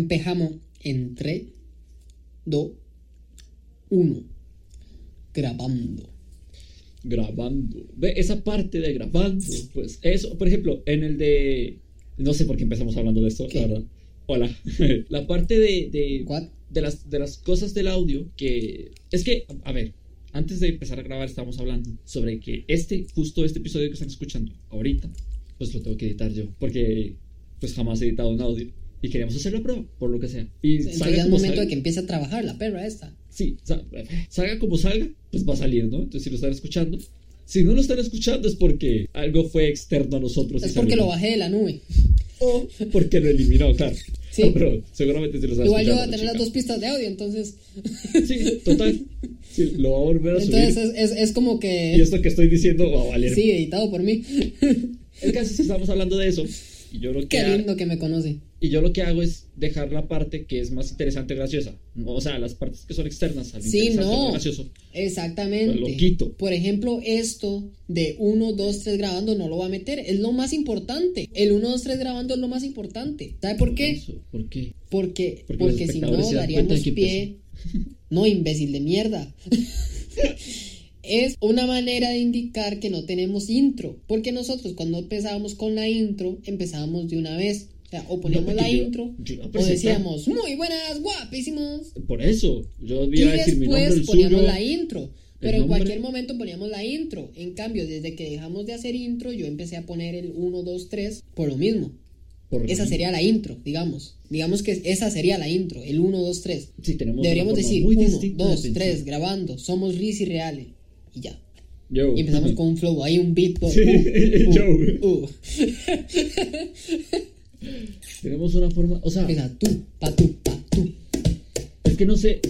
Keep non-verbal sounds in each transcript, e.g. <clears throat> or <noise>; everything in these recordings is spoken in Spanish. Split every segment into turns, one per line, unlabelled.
Empezamos en 3, 2, 1. Grabando.
Grabando. Ve, esa parte de grabando, pues eso, por ejemplo, en el de... No sé por qué empezamos hablando de esto,
¿Qué?
la verdad. Hola. <laughs> la parte de, de,
What?
de las, de las cosas del audio que... Es que, a ver, antes de empezar a grabar estábamos hablando sobre que este, justo este episodio que están escuchando ahorita, pues lo tengo que editar yo, porque pues jamás he editado un audio. Y queríamos hacerlo a prueba, por lo que sea. Y
Entonces
salga
ya es
como
momento
salga.
de que empiece a trabajar la perra esta.
Sí, sa- salga como salga, pues va a salir, ¿no? Entonces, si lo están escuchando. Si no lo están escuchando es porque algo fue externo a nosotros. y
es porque
salió.
lo bajé de la nube.
O porque lo eliminó, claro.
Sí.
No, pero seguramente se lo están
Igual yo voy a
escuchando,
tener las dos pistas de audio,
<laughs>
entonces.
chica. Sí, total. Sí, lo va a volver a
Entonces
subir.
es, es, es como
Y
que.
esto que estoy diciendo va a valer.
Sí, editado por mí. <laughs>
El caso es que estamos hablando de eso. Y yo, lo que
Qué
ha-
lindo que me conoce.
y yo lo que hago es dejar la parte que es más interesante, graciosa. O sea, las partes que son externas al
Sí,
interesante
no.
o gracioso.
Exactamente.
Lo quito.
Por ejemplo, esto de 1, 2, 3 grabando no lo va a meter. Es lo más importante. El 1, 2, 3 grabando es lo más importante. ¿Sabe por qué?
Eso, ¿Por qué?
Porque,
Porque
porque,
los
si
espectadores
no
se dan cuenta
daríamos
de que
pie. <laughs> No, imbécil de mierda. es una manera de indicar que no tenemos intro. Porque nosotros cuando empezábamos con la intro, empezábamos de una vez. O sea, o poníamos
porque
la
yo-
intro,
yo iba a
o
presentar.
decíamos, muy buenas, guapísimos.
Por eso, yo
Y
iba a decir mi nombre,
después
el
poníamos
suyo.
la intro. Pero en
nombre.
cualquier momento poníamos la intro. En cambio, desde que dejamos de hacer intro, yo empecé a poner el 1, 2, 3 por lo mismo.
por lo
Esa
menos.
sería la intro, digamos. Digamos que esa sería la intro, el 1, 2, 3.
Sí, tenemos una
Deberíamos
forma
decir
muy
1,
distinta de
2,
pensar.
3, grabando, somos Riz y Reale. Y ya.
Yo.
Y
<laughs>
empezamos con un flow, hay un beat. por-
Sí, <laughs>
uh, uh,
yo.
uh.
Tenemos una forma. O sea,
Empieza tú, pa tú, pa tú.
es que no sé.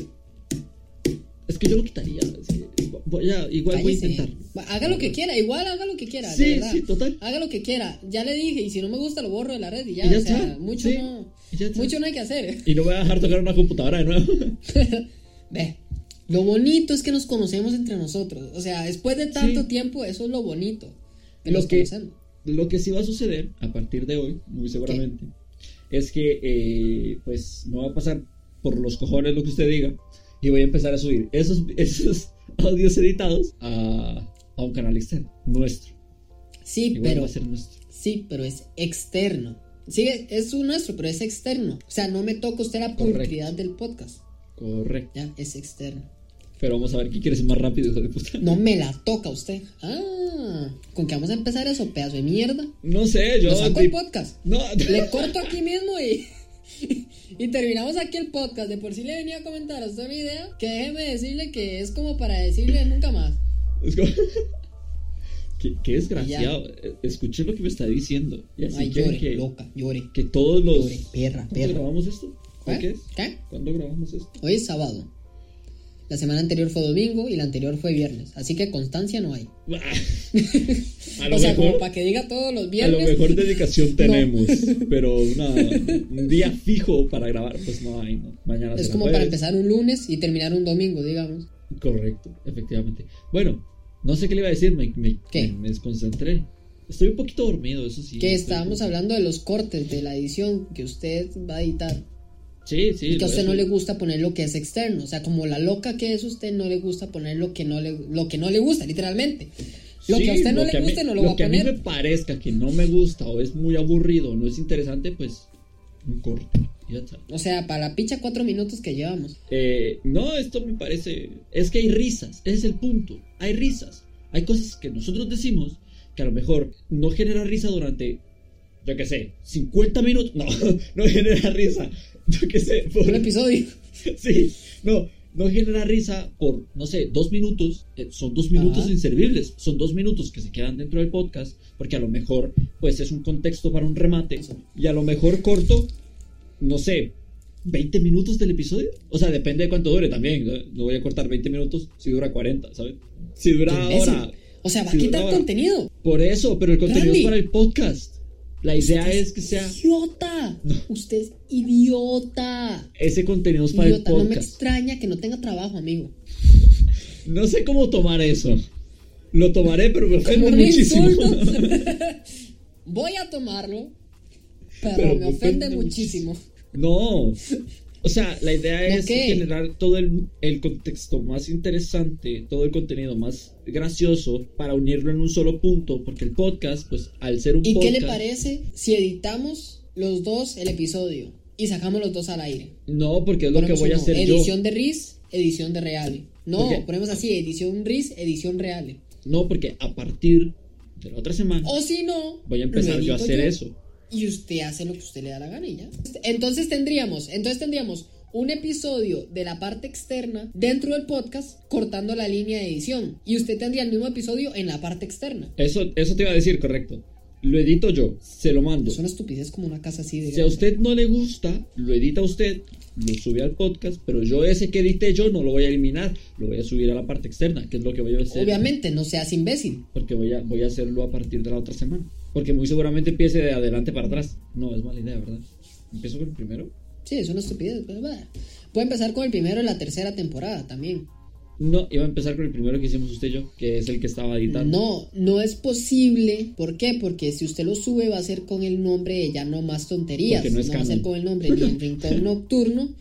Es que yo lo quitaría. es que voy a- igual voy a
Cállese.
intentar.
Haga lo que quiera, igual haga lo que quiera. de
Sí,
verdad.
sí, total.
Haga lo que quiera. Ya le dije, y si no me gusta lo borro de la red y ya.
Y ya
o sea,
está,
mucho,
sí,
no,
y ya está.
mucho no hay que hacer.
Y no voy a dejar tocar una computadora de nuevo. <laughs>
Ve, lo bonito es que nos conocemos entre nosotros. O sea, después de tanto
Sí.
tiempo, eso es lo bonito. Que
Lo
nos
que-
conocemos.
lo que sí va a suceder a partir de hoy, muy seguramente, es que eh, pues no va a pasar por los cojones lo que usted diga. Y voy a empezar a subir esos, <laughs> esos audios editados a, a un canal externo, nuestro.
Sí,
Igual
pero
va a ser nuestro.
sí, pero es externo. Sí, es- es un nuestro, pero es externo. O sea, no me toca usted la
Correcto.
pulcridad del podcast.
Correcto.
Ya, es externo.
Pero vamos a ver qué quieres más rápido, hijo de puta.
No me la toca usted. Ah, ¿con qué vamos a empezar eso, pedazo de mierda?
No sé, yo.
Lo saco
di-
el podcast.
no,
Le corto aquí mismo y. <laughs> Y terminamos aquí el podcast. De por sí le venía a comentar a usted mi idea. Que déjeme decirle que es como para decirle nunca más.
<laughs> es como- qué, qué desgraciado. Escuché lo que me está diciendo. Y así
Ay,
quieren
llore,
que,
loca, llore.
que todos los.
Llore, perra,
¿Cuándo
perra.
grabamos esto? pues, ¿Por
¿Eh?
¿Qué es?
¿Qué?
¿Cuándo grabamos esto?
Hoy es este? sábado. La semana anterior fue domingo y la anterior fue viernes. Así que constancia no hay.
<laughs> A lo,
o sea, como
mejor,
para que diga todos los
a lo
viernes.
mejor
<laughs>
dedicación tenemos, pero una, un día fijo para grabar, pues no hay. ¿no? Mañana
Es
será
como para
jueves.
empezar un lunes y terminar un domingo, digamos.
Correcto, efectivamente. Bueno, no sé qué le iba a decir, me, me,
¿Qué?
me desconcentré. Estoy un poquito dormido, eso sí.
Que
estoy
estábamos
un poco-
hablando de los cortes, de la edición que usted va a editar.
Sí, sí.
Y que a
lo
usted no
voy
le
subir.
gusta poner lo que es externo. O sea, como la loca que es usted, no le gusta poner lo que no le, lo que no le gusta, literalmente. Lo que a
Sí,
usted no
lo
le
que mí-
guste no lo, va a
que a
poner.
mí me parezca que no me gusta o es muy aburrido o no es interesante, pues un corte. y Ya está.
O sea, para la picha cuatro minutos que
<laughs>
llevamos.
Eh, no, esto me parece. Es que hay risas, ese es el punto. Hay risas. Hay cosas que nosotros decimos que a lo mejor no genera risa durante, yo qué sé, 50 minutos. No, <laughs> no genera risa. Yo qué sé, por-
Un episodio.
<laughs> Sí, no, no genera risa por, no sé, dos minutos. eh, son dos minutos
Ajá.
inservibles. Son dos minutos que se quedan dentro del podcast porque a lo mejor, pues es un contexto para un remate. Y a lo mejor corto, no sé, 20 minutos del episodio. O sea, depende de cuánto dure también. ¿no? No voy a cortar 20 minutos si dura 40, ¿sabes? Si dura
Qué imbécil.
ahora.
O sea, va
Sí,
a quitar
ahora.
contenido.
Por eso, pero el contenido
Randy. Este
es para el podcast. La idea es que sea.
Idiota. Usted es idiota.
Ese contenido es para
Idiota.
el
No me
podcast.
extraña que no tenga trabajo, amigo.
No sé cómo tomar eso. Lo tomaré, pero me
Como
ofende
un
muchísimo.
insulto. <laughs> Voy a tomarlo, pero,
Pero pues,
me ofende muchísimo.
<laughs> No. O sea, la idea
¿No
es
qué?
generar todo el, el contexto más interesante, todo el contenido más gracioso para unirlo en un solo punto, porque el podcast, pues al ser un
¿Y qué
podcast...
le parece si editamos los dos el episodio y sacamos los dos al aire?
No, porque es lo que
Ponemos
voy a
uno,
hacer yo.
Edición de RIS, edición de Reale. No,
Ok.
ponemos así, edición RIS, edición Reale.
No, porque a partir de la otra semana
O si no,
voy a
Oh, lo
empezar yo a
edito
hacer eso.
Y usted hace lo que usted le da la gana y ya. Entonces tendríamos, entonces tendríamos un episodio de la parte externa dentro del podcast cortando la línea de edición. Y usted tendría el mismo episodio en la parte externa.
Eso, eso te iba a decir, correcto. Lo edito yo, se lo mando.
Son estupideces como una casa así de...
Si a usted no le gusta, lo edita usted, lo sube al podcast, pero yo ese que edité yo no lo voy a eliminar, lo voy a subir a la parte externa, que es lo que voy a hacer.
Obviamente, no seas imbécil.
Porque voy a, voy a hacerlo a partir de la otra semana. Porque muy seguramente empiece de adelante para atrás. No, es mala idea, ¿verdad? Empiezo con el primero.
Sí, es una estupidez. Pero va. Puede empezar con el primero de la tercera temporada también.
No, iba a empezar con el primero que hicimos usted y yo, que es el que estaba editando.
No, no es posible. ¿Por qué? Porque si usted lo sube va a ser con el nombre de ya no más tonterías.
Porque no
No,
es
va a ser
canon.
con el nombre ni
<laughs>
en Rincón Nocturno.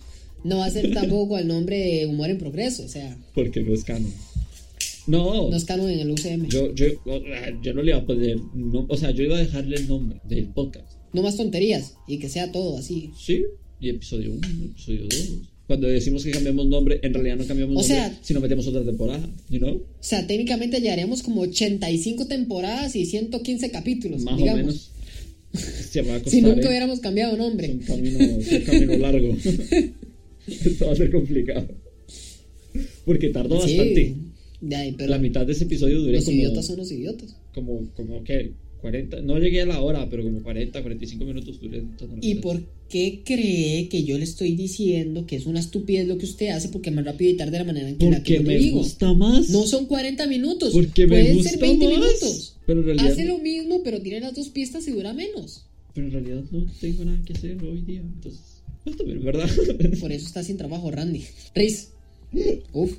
No va a ser tampoco con el nombre de Humor en Progreso. O sea,
Porque no es canon. No.
no es canon en el UCM.
Yo, yo, yo no le iba a poner. no- o sea, yo iba a dejarle el nombre del podcast.
No más tonterías. Y que sea todo así.
Sí, y episodio 1, episodio 2. Cuando decimos que cambiamos nombre, en realidad no cambiamos
O
nombre,
sea-
sino metemos otra temporada, you know?
O sea, técnicamente llegaríamos como 85 temporadas y 115 capítulos.
Más
digamos.
o menos. <laughs> Se va a costar,
Si nunca
¿eh?
hubiéramos cambiado nombre.
Es un camino, es un
<laughs>
camino largo. <laughs> Esto va a ser complicado. Porque tardó
Sí,
bastante.
de ahí, pero
La mitad de ese episodio duré
los
como,
idiotas son los idiotas.
como, como, ¿qué? 40, no llegué a la hora, pero como 40, 45 minutos duré. toda la
¿Y
mitad.
por qué cree que yo le estoy diciendo que es una estupidez lo que usted hace? Porque es más rápido editar de la manera en que la que
Porque
yo le
me
digo.
gusta más.
No son 40 minutos.
porque me
Pueden
gusta
ser 20
más.
minutos.
Pero en realidad.
Hace lo mismo, pero tiene las dos pistas y dura menos.
Pero en realidad no tengo nada que hacer hoy día, entonces. Está bien, ¿verdad? <laughs>
Por eso está sin trabajo, Randy. Riz. Uf.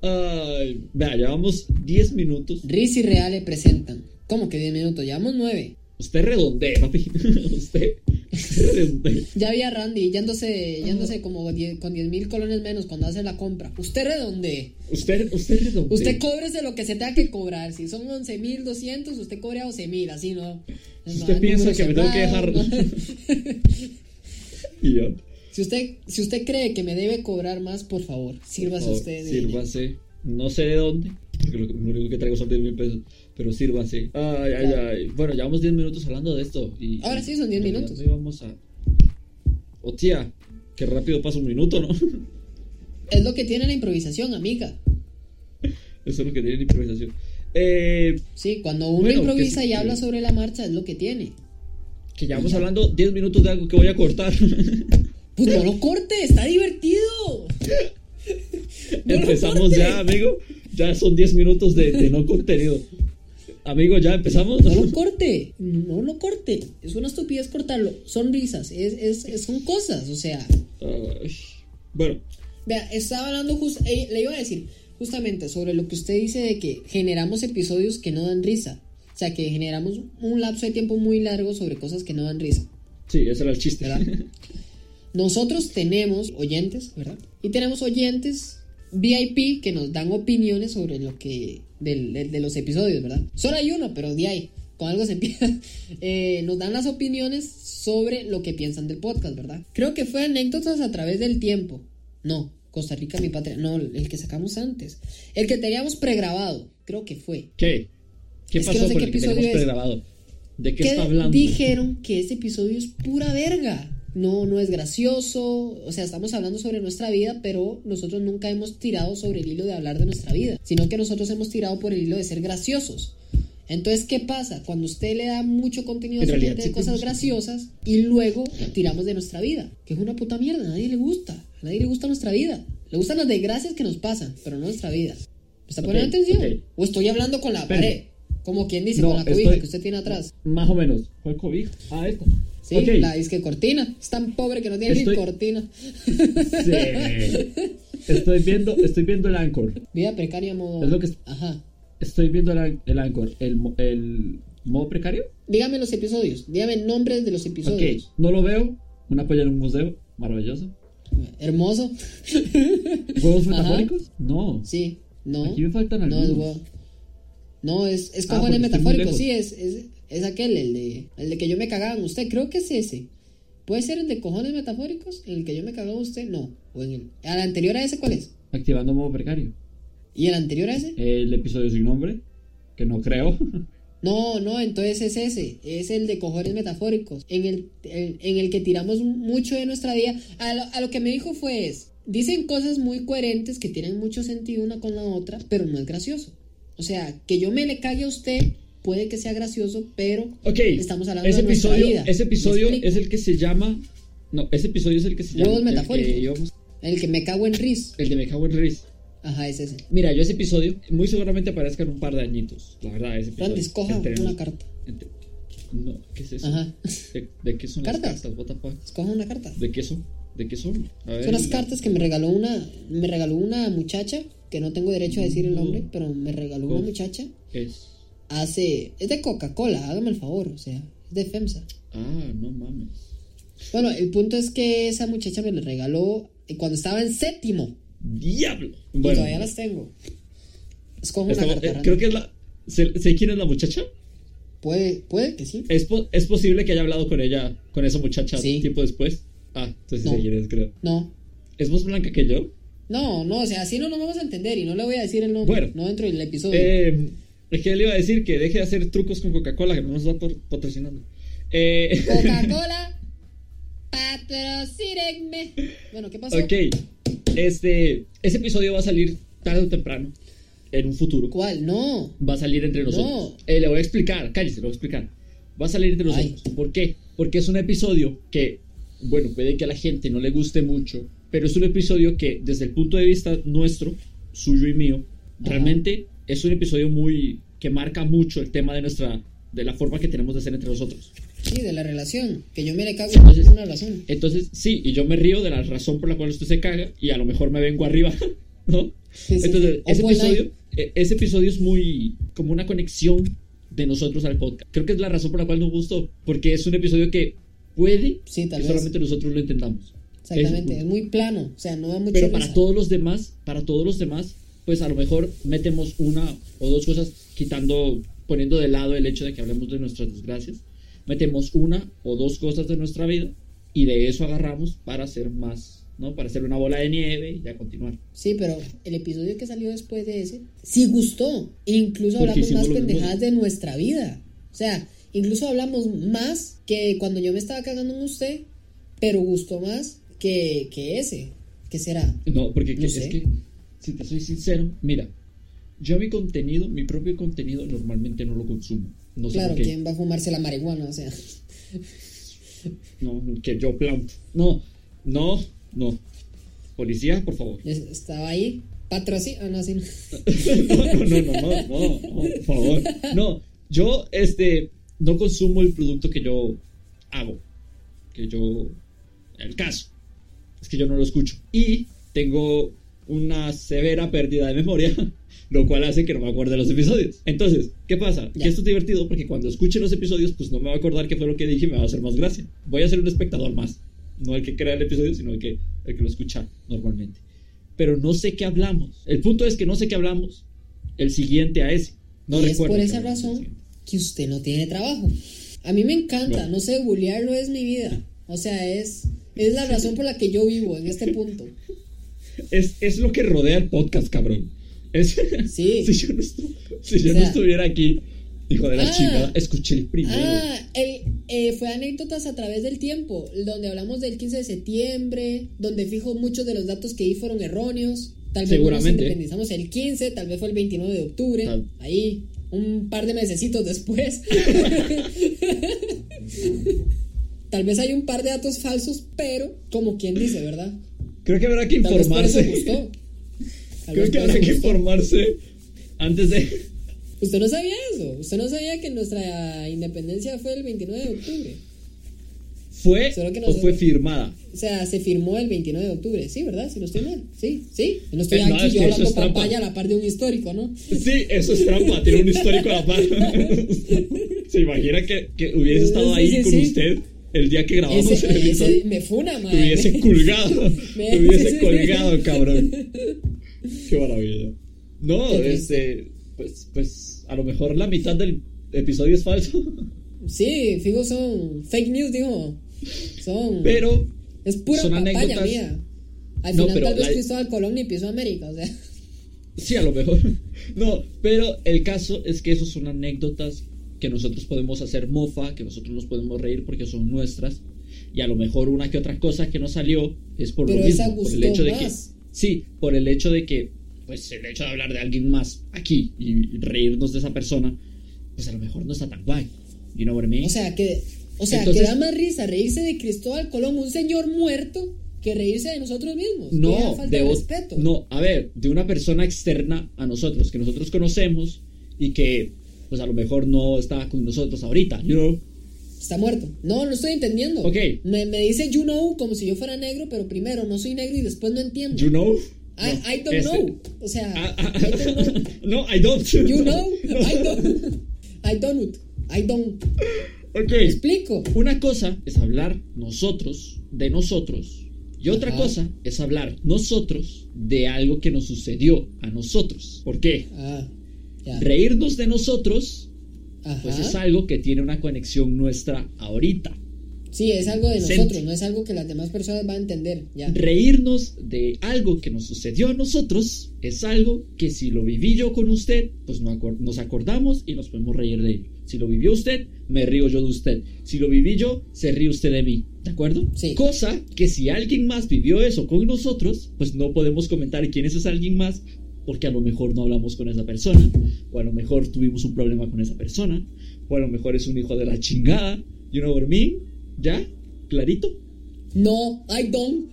Ay, vea, llevamos 10 minutos.
Riz y Real le presentan. ¿Cómo que 10 minutos? Llevamos 9.
Usted redondee, papi. <laughs> Usted, usted redondee.
Ya había Randy yéndose, yéndose como 10 con 10 mil colones menos cuando hace la compra. ¿Usted redondee.
Usted, usted redondee.
Usted cóbrese lo que se tenga que cobrar. Si son 11.200, usted cobre 12.000, así no.
Si
No,
usted
no,
piensa
números
que me tengo que dejar.
cerrados, no.
<laughs> Idiota.
Si usted, si usted cree que me debe cobrar más, por favor, sírvase
Por favor,
usted. de dinero.
Sírvase. No sé de dónde. Porque lo, lo único que traigo son 10 mil pesos. Pero sírvase. Ay, ay,
Claro.
ay. Bueno, llevamos 10 minutos hablando de esto. Y,
Ahora sí son 10
y-
minutos.
y vamos a. Oh, tía, qué rápido pasa un minuto, ¿no? <laughs>
Es lo que tiene la improvisación, amiga.
Eso es lo que tiene la improvisación. Eh,
Sí, cuando uno
Bueno,
improvisa
que-
y
que-
habla sobre la marcha, es lo que tiene.
que llevamos hablando 10 minutos de algo que voy
<laughs>
a cortar. <laughs>
Pues no lo corte, está divertido.
<laughs>
No lo
empezamos
corte.
ya, amigo. Ya son 10 minutos de, de no contenido. Amigo, ya empezamos.
No lo corte, no lo corte. Es una estupidez cortarlo. Son risas, es, es- es- son cosas, o sea.
Ay, bueno,
Vea, estaba hablando justo, le iba a decir justamente sobre lo que usted dice de que generamos episodios que no dan risa. O sea, que generamos un lapso de tiempo muy largo sobre cosas que no dan risa,
sí, ese era el chiste.
¿verdad? Nosotros tenemos oyentes, ¿verdad? Y tenemos oyentes VIP que nos dan opiniones sobre lo que... del- del- de los episodios, ¿verdad? Solo hay uno, pero de ahí, con algo se <laughs> empieza. Eh, nos dan las opiniones sobre lo que piensan del podcast, ¿verdad? Creo que fue anécdotas a través del tiempo. No, Costa Rica, mi patria. No, el que sacamos antes. El que teníamos pregrabado, creo que fue.
<laughs> ¿Qué? ¿Qué
Es que
pasó
no sé
con
qué
el que
episodio
tenemos
es.
pregrabado? ¿De qué
que
está hablando?
Dijeron que ese episodio es pura verga. No, no es gracioso. O sea, estamos hablando sobre nuestra vida, pero nosotros nunca hemos tirado sobre el hilo de hablar de nuestra vida, sino que nosotros hemos tirado por el hilo de ser graciosos. Entonces, ¿qué pasa? Cuando usted le da mucho contenido
En
solamente
realidad,
de
sí
cosas
tenemos-
graciosas y luego tiramos de nuestra vida, que es una puta mierda, a nadie le gusta, a nadie le gusta nuestra vida. Le gustan las desgracias que nos pasan, pero no nuestra vida. ¿Me está
Ok,
poniendo atención?
ok.
¿O estoy hablando con la
Espérame.
pared? Como quien dice,
No,
con la cobija
estoy-
que usted tiene atrás.
Más o menos. ¿Cuál cobija? Ah, esta.
Sí,
Ok. <laughs>
la disque cortina. Es tan pobre que no tiene
Estoy-
ni cortina.
Sí. Estoy viendo, estoy viendo el Anchor.
Vida precaria modo.
Es lo que-
Ajá.
Estoy viendo el, an- el Anchor. El, mo- el modo precario.
Dígame los episodios. Dígame nombres de los episodios.
Ok, no lo veo. Una polla en un museo, maravilloso.
Hermoso.
¿Huevos
Ajá.
metafóricos? No.
Sí, no.
Aquí me faltan
No es
algunos.
huevo. No, es, es
Ah,
cojones
porque estoy muy
metafórico,
lejos.
sí, es, es, es aquel, el de, el de que yo me cagaba en usted, creo que es ese. ¿Puede ser el de cojones metafóricos? ¿En el que yo me cagaba en usted? No. ¿O en el, ¿Al anterior a ese cuál es?
Activando modo precario.
¿Y el anterior a ese?
El episodio sin nombre, que no creo.
No, no, entonces es ese, es el de cojones metafóricos, en el, en, en el que tiramos mucho de nuestra vida. A lo, a lo que me dijo fue es, dicen cosas muy coherentes que tienen mucho sentido una con la otra, pero no es gracioso. O sea, que yo me le cague a usted puede que sea gracioso, pero
<laughs> ok.
Estamos hablando
ese
de nuestra
episodio,
vida.
Ese episodio
¿Me explico?
es el que se llama. No, ese episodio es el que se llama.
Huevos
el que
metafóricos.
íbamos-
el que me cago en Riz.
el de Me Cago en Riz.
Ajá, es ese.
Mira, yo ese episodio muy seguramente aparezca en un par de añitos. La verdad, ese episodio.
Fran, escoja
Entre
una
nos-
carta.
entre- No, ¿qué es eso?
Ajá,
¿De, de qué son
¿Cartas?
las cartas? What the fuck?
escoja una carta.
¿De qué son? ¿De qué son? A ver,
Son las
la-
cartas que me regaló una, me regaló una muchacha, que no tengo derecho a decir el nombre, pero me regaló una
¿Cómo?
muchacha.
Es.
hace. Es de Coca-Cola, hágame el favor, o sea, es de FEMSA.
Ah, no mames.
Bueno, el punto es que esa muchacha me la regaló eh, cuando estaba en séptimo.
¡Diablo!
Y
Bueno,
todavía las tengo. Escojo
estamos-
una
eh,
carta.
creo
Randy.
que es la. ¿Sé, sé quién es la muchacha?
Puede, puede que sí.
¿Es, po- es posible que haya hablado con ella, con esa muchacha,
Sí.
tiempo después? Ah, entonces
No.
sé quién es, creo.
No.
¿Es más blanca que yo?
No, no, o sea, así no nos vamos a entender y no le voy a decir el nombre.
Bueno.
No dentro del episodio.
Eh, es que le iba a decir que deje de hacer trucos con Coca-Cola, que no nos va por- patrocinando. Eh, <laughs>
Coca-Cola, patrocínenme. Bueno, ¿qué pasó?
ok. Este, ese episodio va a salir tarde o temprano, en un futuro.
¿Cuál? No.
va a salir entre nosotros. Eh, le voy a explicar, cállese, le voy a explicar. Va a salir entre
Ay.
nosotros. ¿Por qué? Porque es un episodio que, bueno, puede que a la gente no le guste mucho, pero es un episodio que, desde el punto de vista nuestro, suyo y mío,
Ajá.
realmente es un episodio muy. que marca mucho el tema de nuestra. de la forma que tenemos de hacer entre nosotros.
Sí, de la relación. Que yo me le cago es una razón.
Entonces, sí, y yo me río de la razón por la cual usted se caga y a lo mejor me vengo arriba, <laughs> ¿no?
Sí, sí,
Entonces,
sí.
ese
Opo al
episodio,
aire.
e- ese episodio es muy como una conexión de nosotros al podcast. Creo que es la razón por la cual nos gustó, porque es un episodio que puede
Sí, tal
que
vez.
solamente nosotros lo entendamos.
Exactamente,
Es-
es muy plano. O sea, no da mucho
Pero para todos los demás, para todos los demás, pues a lo mejor metemos una o dos cosas quitando, poniendo de lado el hecho de que hablemos de nuestras desgracias. Metemos una o dos cosas de nuestra vida y de eso agarramos para hacer más, ¿no? Para hacer una bola de nieve y ya continuar.
Sí, pero el episodio que salió después de ese sí gustó. E Incluso
Porque
hablamos
hicimos
más
lo mismo.
pendejadas de nuestra vida. O sea, incluso hablamos más que cuando yo me estaba cagando en usted, pero gustó más que, que ese. ¿Qué será?
No, porque
No
que-
sé.
es que, si te soy sincero, mira, yo mi contenido, mi propio contenido normalmente no lo consumo. No sé
claro,
por qué.
¿quién va a fumarse la marihuana? O sea,
No, que yo planto. No, no, no. Policía, por favor.
es- estaba ahí, patrocinio. no, sí, no.
<laughs> no, no, no, no, no, no, por favor. No, yo, este, no consumo el producto que yo hago. Que yo, el caso. Es que yo no lo escucho. Y tengo una severa pérdida de memoria, <laughs> lo cual hace que no me acuerde los episodios. Entonces, ¿qué pasa?
Ya.
Que esto es divertido porque cuando escuche los episodios, pues no me va a acordar qué fue lo que dije y me va a hacer más gracia. Voy a ser un espectador más. No el que crea el episodio, sino el que, el que lo escucha normalmente. Pero no sé qué hablamos. El punto es que no sé qué hablamos. El siguiente a ese. No
y es
recuerdo
por
qué
esa
hablamos del
razón
siguiente.
que usted no tiene trabajo. A mí me encanta,
Bueno.
no sé, bullearlo es mi vida. O sea, es, es la razón por la que yo vivo en este punto.
Es, es lo que rodea el podcast, cabrón. Es,
Sí.
<laughs> si yo, no, estu- si yo
O
no
sea-
estuviera aquí, hijo de la
Ah.
chingada, escuché el primero.
Ah, el, eh, fue anécdotas a través del tiempo, donde hablamos del 15 de septiembre, donde fijo muchos de los datos que di fueron erróneos. Tal vez
Seguramente.
nos independizamos el 15, tal vez fue el 29 de octubre,
Tal-
ahí, un par de mesecitos después.
<laughs>
tal vez hay un par de datos falsos, pero como quien dice, ¿verdad?
Creo que habrá que
Tal vez por eso
informarse.
gustó. Tal vez
<laughs> Creo que
por eso
habrá que
gustó.
informarse antes de.
Usted no sabía eso, usted no sabía que nuestra independencia fue el 29 de octubre.
¿Fue
Solo que no
o
sé.
fue firmada?
O sea, se firmó el 29 de octubre, sí, ¿verdad? Si no estoy mal, sí, sí. No estoy
Eh, no,
aquí
es
yo
que eso
hablando
es trampa.
papaya a la par de un histórico, ¿no?
Sí, eso es
<laughs>
trampa, <laughs> tiene un histórico a la par. ¿Se imagina que, que hubiese estado
Sí,
ahí
sí,
con
sí.
usted el día que grabamos
Ese,
el
ese
episodio,
me funa, madre. <laughs>
te hubiese colgado.
Me-
te hubiese
<laughs>
colgado, cabrón. Qué maravilla. No,
Qué triste.
este. Pues, pues a lo mejor la mitad del episodio es falso. <laughs>
Sí, fijo, son fake news, dijo. Son.
Pero
es pura
son
papaya
anécdotas.
mía. Al
No,
final,
pero
tal vez
la-
Cristóbal Colón ni pisó América, o sea.
Sí, a lo mejor. <laughs> No, pero el caso es que esos son anécdotas que nosotros podemos hacer mofa, que nosotros nos podemos reír porque son nuestras. Y a lo mejor una que otra cosa que no salió es por
Pero
lo
esa
mismo, por el
gustó
hecho de
más.
que sí, por el hecho de que pues el hecho de hablar de alguien más aquí y reírnos de esa persona, pues a lo mejor no está tan guay. You know what I mean?
O sea, que, o sea
Entonces-
que da más risa reírse de Cristóbal Colón, un señor muerto, que reírse de nosotros mismos. que da
No,
Pues falta
de ot-
respeto.
no, a ver, de una persona externa a nosotros, que nosotros conocemos y que, pues a lo mejor no está con nosotros ahorita, you know?
Mm. Está muerto. No, no estoy entendiendo.
Ok.
Me, me dice you know como si yo fuera negro, pero primero no soy negro y después no entiendo.
You know?
I,
No,
I don't
este.
know. O sea,
<laughs> Ah,
<laughs>
ah,
I don't know.
<laughs> no, I don't.
You know, I don't. <laughs> I don't. I don't.
<laughs> Ok.
Explico.
Una cosa es hablar nosotros de nosotros y otra
Ajá.
cosa es hablar nosotros de algo que nos sucedió a nosotros. ¿Por qué?
Ah, ya.
Reírnos de nosotros,
Ajá.
pues es algo que tiene una conexión nuestra ahorita.
sí, es algo de
Sent-
nosotros, no es algo que las demás personas van a entender. Ya.
Reírnos de algo que nos sucedió a nosotros es algo que si lo viví yo con usted, pues no acor- nos acordamos y nos podemos reír de ello. Si lo vivió usted, me río yo de usted. Si lo viví yo, se ríe usted de mí. ¿De acuerdo?
Sí.
Cosa que si alguien más vivió eso con nosotros, pues no podemos comentar quién es ese alguien más. Porque a lo mejor no hablamos con esa persona, o a lo mejor tuvimos un problema con esa persona, o a lo mejor es un hijo de la chingada. You know what I mean? ¿Ya? ¿Clarito? <laughs>
No, I don't.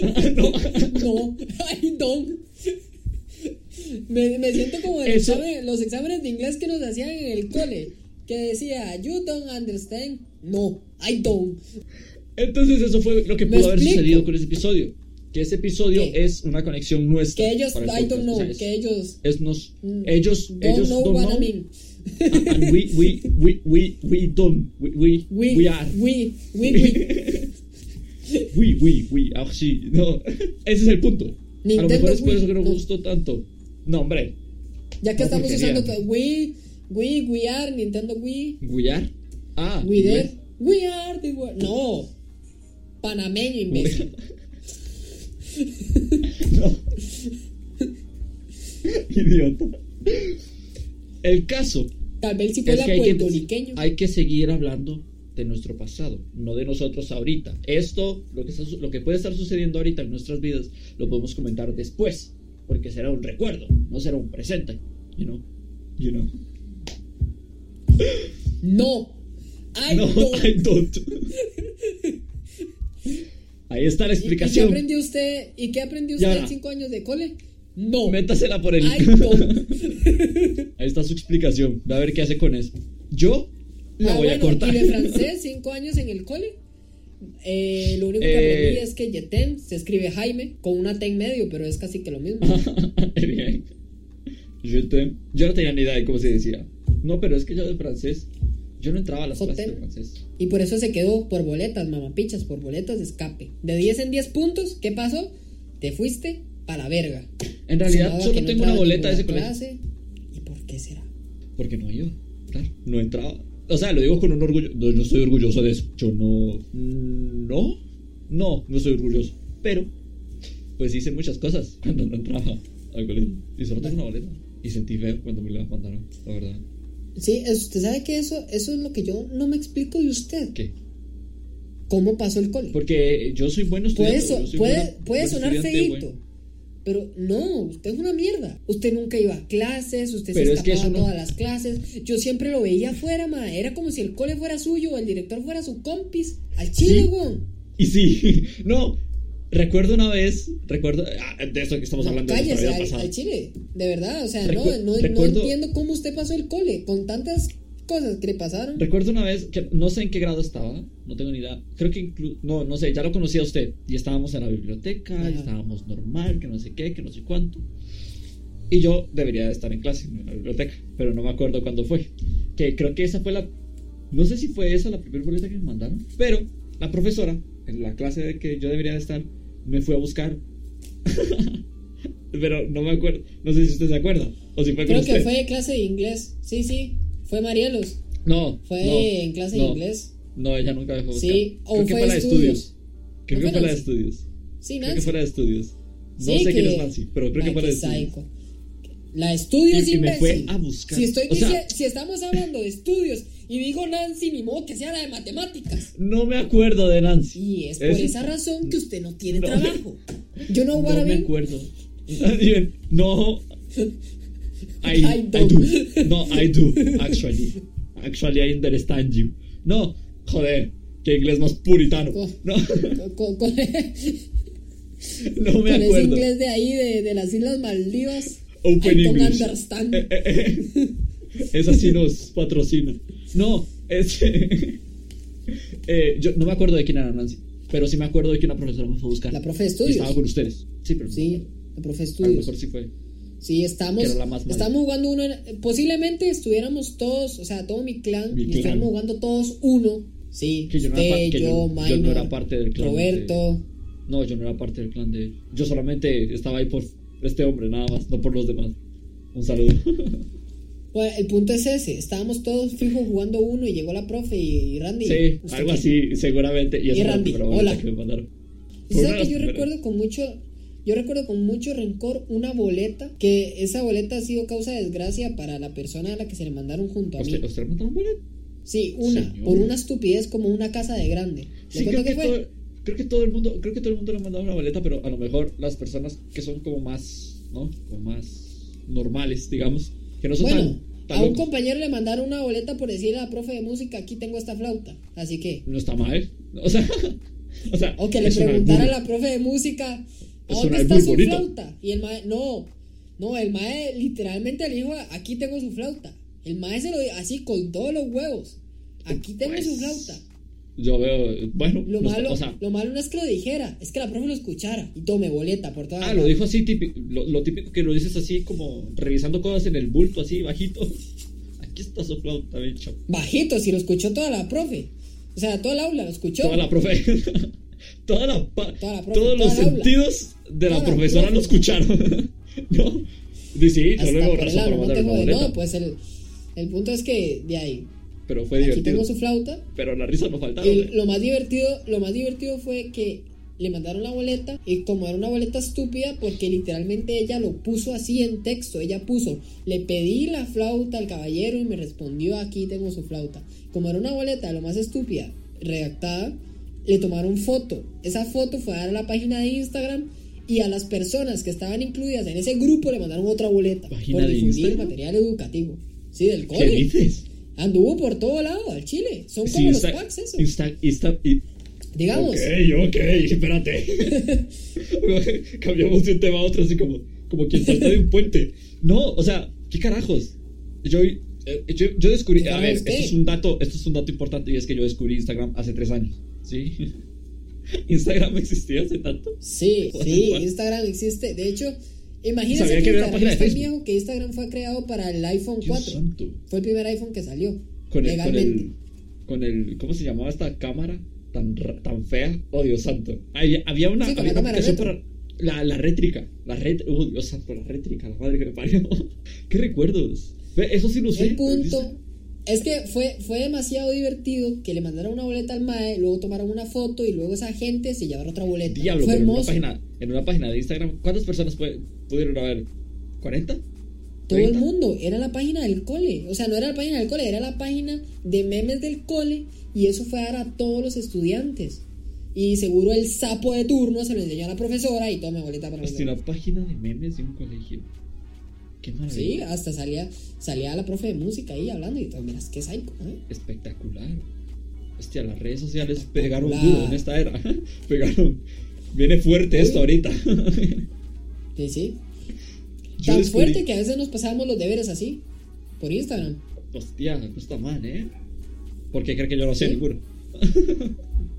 no.
No, I don't. Me, me siento como en el
Eso-
examen- los exámenes de inglés que nos hacían en el cole, que decía, you don't understand. No, I don't.
Entonces eso fue lo que
Me
pudo haber
explico.
sucedido con ese episodio. Que ese episodio
¿Qué?
es una conexión nuestra.
Que ellos,
para el
I don't
podcast,
know,
o sea, es-
que ellos
es nos,
Mm,
ellos,
don't
ellos
know
don't
what
know.
I mean.
and- and we, we, we, we, we don't, we, we,
We,
we are.
we,
<laughs>
we, we.
we, we, we, ah, sí, no. Ese es el punto. A lo
Nintendo
mejor es por
Wii,
eso que no
no.
gustó tanto. No, hombre,
Ya que
No,
estamos
porquería.
usando que we, we, we are, Nintendo Wii,
we are. Ah,
we
we-
there, we are the world. No, panameño, imbécil.
<laughs> No. Idiota. El caso
Tal vez si
Es
fuera
que hay, que,
puertorriqueño.
hay que seguir hablando de nuestro pasado, no de nosotros ahorita. Esto, lo que, está su- lo que puede estar sucediendo ahorita en nuestras vidas, lo podemos comentar después, porque será un recuerdo, no será un presente. You know? You know?
No, I
no,
don't.
I
<laughs>
don't. Ahí está la
¿Y- ¿Y qué
explicación.
aprendió usted, ¿y qué aprendió
Ya
usted en
verá.
cinco años de cole? No,
Métasela por el.
I
<laughs>
don't.
Ahí está su explicación. Va a ver qué hace con eso. Yo la
Ah,
voy a
bueno,
cortar.
Y de francés, cinco años en el cole. Eh, lo único que
Eh.
aprendí es que Yeten se escribe Jaime con una T en medio, pero es casi que lo mismo.
<laughs> Bien. Je t'aime. Yo no tenía ni idea de cómo se decía. No, pero es que yo de francés, yo no entraba a las clases de
Hotel.
francés.
Y por eso se quedó por boletas, mamapichas, por boletas de escape. De 10 en 10 puntos, ¿qué pasó? Te fuiste para la verga.
En realidad,
Sumado a
solo
que no
tengo una
entraba
boleta de ese
ninguna
colegio.
clase. ¿Y por qué será?
Porque no iba, claro, no entraba. O sea, lo digo con un orgullo. No, yo estoy orgulloso de eso. Yo no. No, no, no estoy orgulloso. Pero, pues hice muchas cosas cuando no entraba al colegio. Y solo tengo una boleta. Y sentí feo cuando me la mandaron, la verdad.
Sí, es- usted sabe que eso, eso es lo que yo no me explico de usted.
¿Qué?
¿Cómo pasó el cole?
Porque yo soy bueno
Puede,
estudiante.
so-
yo soy
puede-
buena-
puede
buen
sonar
estudiante, güey.
feíto, pero no, usted es una mierda. Usted nunca iba a clases, usted se
Pero es que
escapaba
eso no-
todas las clases. Yo siempre lo veía afuera, ma. Era como si el cole fuera suyo, el director fuera su compis. Al chile,
Sí.
weón.
Y sí, <laughs> no, recuerdo una vez, recuerdo, ah, de esto que estamos hablando de
Cállese
nuestra vida
al,
pasada.
al chile, de verdad, o sea, no,
Recu-
no, no
recuerdo-
entiendo cómo usted pasó el cole con tantas cosas que le pasaron.
Recuerdo una vez que no sé en qué grado estaba, no tengo ni idea. Creo que inclu- no, no sé, ya lo conocía usted. Y estábamos en la biblioteca,
Ajá.
y estábamos normal, que no sé qué, que no sé cuánto. Y yo debería de estar en clase, no en la biblioteca, pero no me acuerdo cuándo fue. Que creo que esa fue la. No sé si fue esa la primera boleta que me mandaron, pero La profesora, en la clase de que yo debería de estar, me fue a buscar. <laughs> Pero no me acuerdo. No sé si usted se acuerda. O si fue con
Creo que
usted.
fue clase de inglés. Sí, sí. Fue Marielos.
No.
Fue
no,
en clase de
no.
inglés.
No, ella nunca me fue a buscar.
Sí, o
Creo que
fue
fue la de estudios.
estudios.
Creo
¿No
que
fue
fue la de
Nancy?
estudios.
Sí,
Creo que
Nancy.
fue la de estudios. No
Sí,
sé quién
que-
es Nancy, pero creo
Ma,
que fue la
qué
de estudios.
psycho. La de estudios
Y- y me fue
imbécil.
a buscar.
Si, estoy
O sea-
dici- si estamos hablando de estudios y digo Nancy, ni modo que sea la de matemáticas.
No me acuerdo de Nancy.
Y es por
Es-
esa razón que usted no tiene
No.
trabajo. Yo no,
No
wanna
me
be-
acuerdo. Bien, No. I,
<laughs> I
I
don't.
do. No, I do. Actually. Actually, I understand you. No. Joder. Que inglés más puritano.
Oh.
No, <laughs>
con, con-
no
con
me
ese
acuerdo.
inglés de ahí, de, de las Islas Maldivas.
Open
I don't
English.
understand.
Eh, eh, eh.
<laughs>
Esa sí nos patrocina. No, es. <laughs> eh, yo no me acuerdo de quién era Nancy. Pero sí me acuerdo de que una profesora me fue a buscar.
La profe de
Y
estudios.
estaba con ustedes. Sí, pero.
Sí, la profe de
A lo
estudios.
mejor sí fue.
Sí, estamos,
Que era la más mala.
estamos jugando uno. en- posiblemente estuviéramos todos, o sea, todo mi clan,
Mi
y
clan.
estuviéramos jugando todos uno. Sí,
Que yo no era
usted,
pa- que yo-
yo,
yo no
Minor,
era parte del clan
Roberto.
No, yo no era parte del clan de ellos. Yo solamente estaba ahí por este hombre, nada más, no por los demás.
<laughs>
Un saludo.
Bueno, el punto es ese: estábamos todos fijos jugando uno y llegó la profe y, y Randy.
sí,
¿usted
algo
qué?
así, seguramente. Y
Y
esa fue la
Randy,
primera boleta
hola.
que me mandaron.
¿Y sabe
Fue una de
que yo
las primeras.
recuerdo con mucho yo recuerdo con mucho rencor una boleta que esa boleta ha sido causa de desgracia para la persona a la que se le mandaron junto a mí.
¿Usted, ¿Usted le mandaron boleto?
Sí, una
Señor.
por una estupidez como una casa de grande. ¿Le
Sí,
cuento
creo
qué
que,
fue?
todo, creo que todo el mundo, creo que todo el mundo le ha mandado una boleta, pero a lo mejor las personas que son como más, ¿no? Como más normales, digamos, que no son
Bueno,
tan,
a
tan
un
locos.
compañero le mandaron una boleta por decirle a la profe de música, aquí tengo esta flauta. Así que,
no <laughs> está mal. O sea, o sea,
o que le
es un
preguntara a
albur.
la profe de música, ¿a
Es un
dónde está
albur
su
bonito.
flauta? Y el mae, no, no, el mae literalmente le dijo, aquí tengo su flauta. El mae se lo dijo así con todos los huevos. Aquí tengo
Pues,
su flauta.
Yo veo, bueno,
Lo
no está-
malo,
o sea,
lo malo no es que lo dijera, es que la profe lo escuchara y tome boleta por toda
Ah,
la
lo dijo así, típico, lo, lo típico que lo dices así, como revisando cosas en el bulto, así bajito. <laughs> Aquí está su flauta, bicho.
Bajito, si lo escuchó toda la profe. O sea, toda el aula lo escuchó.
Toda la profe. <laughs> toda la, pa-
Toda la profe,
todos
toda
los
la aula.
sentidos de la
Toda la
profesora
profe.
lo escucharon. <laughs> ¿No? Sí, sí, yo
Hasta
le veo
por el
razón
lado,
para
no, te
mandar una
jode. No,
boleta.
pues el, el punto es que de ahí.
pero fue
Aquí
divertido.
tengo su flauta.
Pero la risa no faltaba.
El-
güey.
lo más divertido, lo más divertido fue que le mandaron la boleta y como era una boleta estúpida porque literalmente ella lo puso así en texto, ella puso, le pedí la flauta al caballero y me respondió, aquí tengo su flauta. Como era una boleta lo más estúpida, redactada, le tomaron foto. Esa foto fue a dar a la página de Instagram y a las personas que estaban incluidas en ese grupo le mandaron otra boleta
¿Página
por
de
difundir
Instagram?
material educativo. Sí, del
¿Qué
cole.
dices?
Anduvo por todo lado, al Chile. Son como
Sí,
los
insta-
packs, eso.
insta- insta- y-
Digamos,
Ok, ok, espérate. <laughs> Cambiamos de un tema a otro, así como, como quien salta de un puente. No, o sea, ¿qué carajos? Yo, eh, yo, yo descubrí.
¿Qué
A ver,
carajos
esto
qué?
es, un dato, esto es un dato importante y es que yo descubrí Instagram hace tres años. ¿Sí? <laughs> ¿Instagram existía hace tanto? <laughs>
sí,
What the
sí,
fuck?
Instagram existe. De hecho, imagínense
Sabía que había
Instagram
una página de
es tan
Facebook.
viejo que Instagram fue creado para el iPhone
Dios
4.
santo.
Fue el primer iPhone que salió.
Con el, con,
legalmente.
el, con el. ¿Cómo se llamaba esta cámara tan, ra- tan fea? Oh, Dios santo. Había, había una,
Sí, con la
había una
cámara
aplicación
retro.
para. La, la rétrica. La ret, oh, Dios santo, la rétrica, la madre que me parió. <laughs> ¿Qué recuerdos? Ve, Eso Pues sí lo sé.
El punto es que fue, fue demasiado divertido que le mandaron una boleta al MAE, luego tomaron una foto y luego esa gente se llevaron otra boleta.
Diablo,
fue
pero en una,
hermoso.
página, en una página de Instagram, ¿cuántas personas pu- pudieron haber? ¿40?
Todo el
30?
mundo, era la página del cole. O sea, no era la página del cole, era la página de memes del cole. Y eso fue a dar a todos los estudiantes. Y seguro el sapo de turno se lo enseñó a la profesora y toda mi boleta para los
Hostia,
demás.
una página de memes de un colegio. Qué
Sí,
maravilla.
hasta salía, salía la profe de música ahí hablando y todo. Miras, qué psycho, ¿eh?
Espectacular. Hostia, las redes sociales pegaron duro en esta era. <laughs> Pegaron. Viene fuerte esto ahorita.
Sí, sí.
<laughs> Yo
Tan
descubrí-
fuerte que a veces nos pasábamos los deberes así, por Instagram.
Hostia, no está mal, ¿eh? Porque creo que yo lo sé,
Sí.
seguro. <laughs>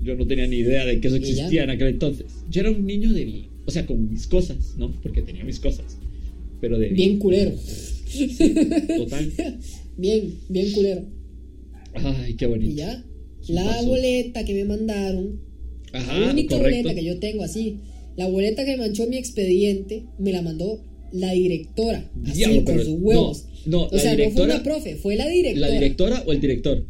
yo no tenía ni idea de que eso
Y ya.
existía en aquel entonces. Yo era un niño de bien. O sea, con mis cosas, ¿no? Porque tenía mis cosas. Pero de
Bien culero.
Total.
<laughs> Bien, bien culero.
Ay, qué
Y
bonito.
ya. La
pasó.
boleta que me mandaron, la
Ajá,
única
correcto.
boleta que yo tengo así, la boleta que manchó mi expediente, me la mandó la directora, así
Diablo,
con
pero
sus huevos.
no, no,
o
la
sea, no fue
directora-
una profe, fue la directora.
¿La directora o el director?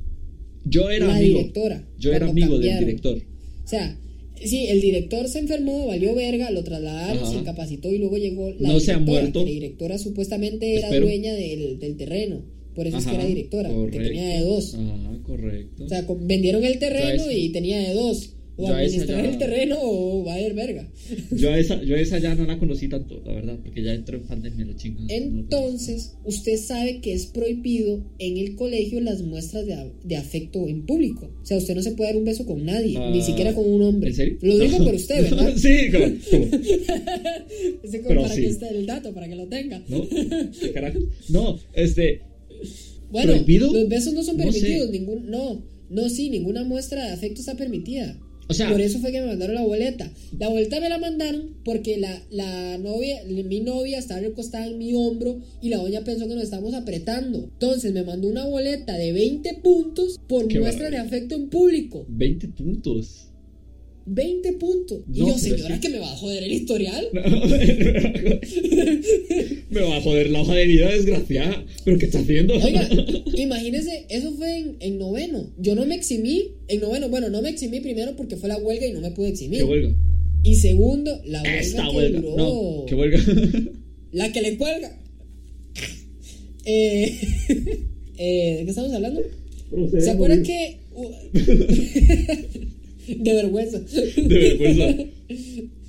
Yo era
La
amigo.
directora,
Yo era
cuando
amigo del
cambiaron.
director.
O sea, sí, el director se enfermó, valió verga, lo trasladaron,
Ajá.
se incapacitó y luego llegó la
No
directora.
se ha muerto.
que La directora supuestamente era
Espero.
dueña del, del terreno, por eso es que
Ajá,
era directora, porque
correcto.
tenía de dos.
Ajá, correcto.
O sea, <laughs> con- vendieron el terreno
Ya es-
y tenía de dos. O
ya es
administrar
allá-
el terreno o va a ir verga.
yo, a esa, yo a esa ya no la conocí tanto, la verdad, porque ya entró en pandemia la chingada.
Entonces, usted sabe que es prohibido en el colegio las muestras de, a- de afecto en público. O sea, usted no se puede dar un beso con nadie,
Ah,
ni siquiera con un hombre.
¿En serio?
Lo digo por usted, ¿verdad?
<laughs> sí, como, como,
Ese como
Pero
para
sí.
que esté el dato, para que lo tenga.
¿no? ¿Qué carajo? No, este,
Bueno,
¿Prohibido?
los besos no son
No sé.
permitidos, ningún, no, no, sí, ninguna muestra de afecto está permitida.
o sea,
Por eso fue que me mandaron la boleta. La boleta me la mandaron porque la, la novia, mi novia estaba recostada en mi hombro y la doña pensó que nos estábamos apretando. Entonces me mandó una boleta de 20 puntos por
Qué
muestra de
maravilla.
afecto en público.
20 puntos.
20 puntos. y
No,
yo,
pero
señora,
es
que me va a joder el historial.
Me va a joder la hoja de vida desgraciada. ¿Pero qué está haciendo? <laughs>
Oiga, <laughs> imagínese, eso fue en, en noveno. Yo no me eximí en noveno. Bueno, no me eximí primero porque fue la huelga y no me pude eximir.
¿Qué huelga? Ah,
Y segundo, la huelga
Esta
que
huelga.
duró.
No, ¿qué huelga?
La que le cuelga. Eh, <laughs> eh, ¿De qué estamos hablando? ¿Se acuerdan que.? u- de vergüenza.
<laughs> De vergüenza.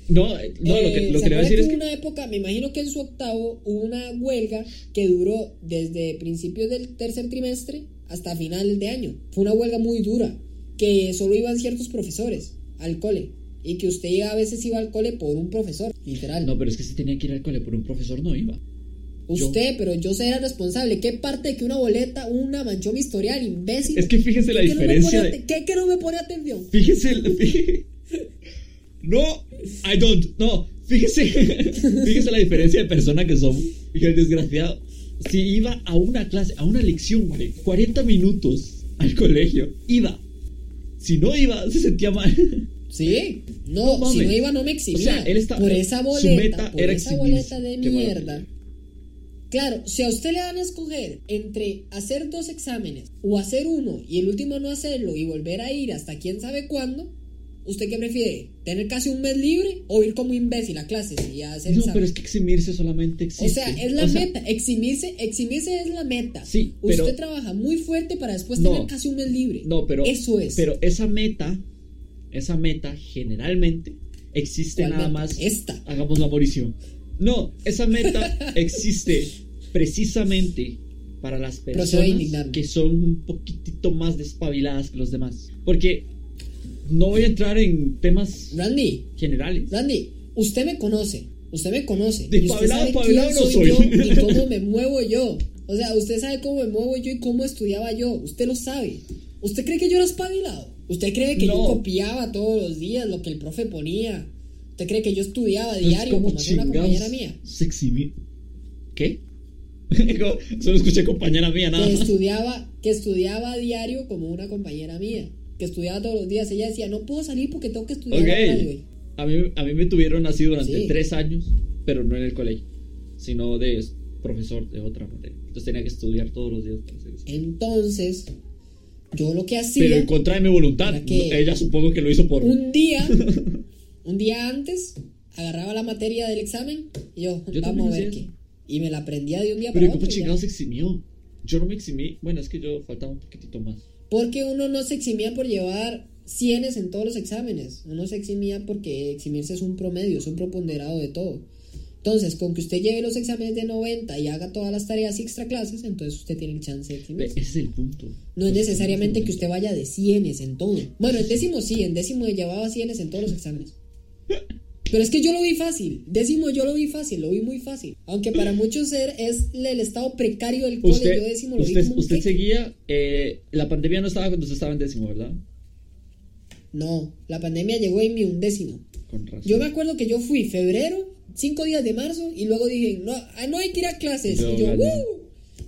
No, eh, no, lo que,
Eh,
lo
¿se
que le voy a
acuerdan
decir es
hubo
que.
una época, me imagino que en su octavo hubo una huelga que duró desde principios del tercer trimestre hasta finales de año. Fue una huelga muy dura, que solo iban ciertos profesores al cole. Y que usted a veces iba al cole por un profesor, literal.
No, pero es que si tenía que ir al cole por un profesor, no iba. yo-
Usted, pero yo será responsable. ¿Qué parte de que una boleta, una manchó mi historial, imbécil?
Es que fíjense la
¿Qué que no me
diferencia.
pone
de-
ate- ¿Qué que no me pone atención?
Fíjense. el- <laughs> No, I don't. No, fíjese. <laughs> Fíjese la diferencia de persona que somos. Y el desgraciado. Si iba a una clase, a una lección, vale, 40 minutos al colegio, iba. Si no iba, se sentía mal. <laughs>
Sí, ¿Eh? no,
No
si no
mames.
iba no me exhibía.
O sea, él está-
por esa
su
boleta,
meta
por
era
esa
exhibirse.
boleta de
Qué maravilla.
mierda. Claro, si a usted le dan a escoger entre hacer dos exámenes o hacer uno y el último no hacerlo y volver a ir hasta quién sabe cuándo, ¿usted qué prefiere? ¿Tener casi un mes libre o ir como imbécil a clases y a hacer
No,
exámenes?
pero es que eximirse solamente
O
existe.
sea, es la
O sea,
meta, eximirse, eximirse es la meta.
Sí,
Usted
pero-
trabaja muy fuerte para después
No.
tener casi un mes libre.
No, pero.
Eso es.
Pero esa meta, esa meta generalmente existe
¿Cuál
este
meta?
nada más.
Esta.
Hagamos la morición. No,
<laughs>
esa meta existe precisamente para las
Procedo a
personas
indignarme.
que son un poquitito más despabiladas que los demás. Porque no voy a entrar en temas
Randy,
generales.
Randy, usted me conoce. Usted me conoce.
De
y usted
pabilado,
sabe
pabilado
quién
no
soy,
soy.
yo
<laughs>
y cómo me muevo yo. O sea, usted sabe cómo me muevo yo y cómo estudiaba yo. Usted lo sabe. ¿Usted cree que yo era espabilado? ¿Usted cree que yo
No.
copiaba todos los días lo que el profe ponía? ¿Usted cree que yo estudiaba
Entonces,
diario
Pues ¿cómo
como hacía una
chingados
compañera mía?
se exhibi- ¿Qué? <laughs> Solo escuché compañera mía, nada
que
más.
estudiaba, que estudiaba a diario como una compañera mía, que estudiaba todos los días. Ella decía, no puedo salir porque tengo que estudiar
Ok.
la radio".
A mí, a mí me tuvieron así durante
Sí.
tres años, pero no en el colegio, sino de s- profesor de otra materia. Entonces tenía que estudiar todos los días para hacer eso.
Entonces, yo lo que
pero
hacía,
en contra de mi voluntad.
¿Para qué?
No, Ella supongo que lo hizo por.
un día, un día antes, agarraba la materia del examen y yo,
Yo también
vamos a ver
hacía
qué.
eso.
Y me la aprendía de un día
Pero
para
¿cómo
otro. y ya.
chingados se eximió? Yo no me eximí. Bueno, es que yo faltaba un poquitito más.
Porque uno no se eximía por llevar cienes en todos los exámenes. Uno se eximía porque eximirse es un promedio, es un proponderado de todo. Entonces, con que usted lleve los exámenes de 90 y haga todas las tareas y extra clases, entonces usted tiene el chance de
Ve, Ese
eximirse.
es el punto. Pues,
No es necesariamente que usted vaya de cienes en todo. Bueno, en décimo sí, en décimo llevaba cienes en todos los exámenes. Pero es que yo lo vi fácil. Décimo yo lo vi fácil, lo vi muy fácil. Aunque para muchos ser es el estado precario del cole, yo
Usted,
décimo lo vi
usted,
como un
usted
qué.
seguía. eh, la pandemia no estaba cuando usted estaba en décimo, ¿verdad?
No, la pandemia llegó en mi undécimo.
Con razón.
Yo me acuerdo que yo fui febrero, cinco días de marzo, y luego dije, no, ah, no hay que ir a clases.
Yo
y yo,
gané.
"Woo".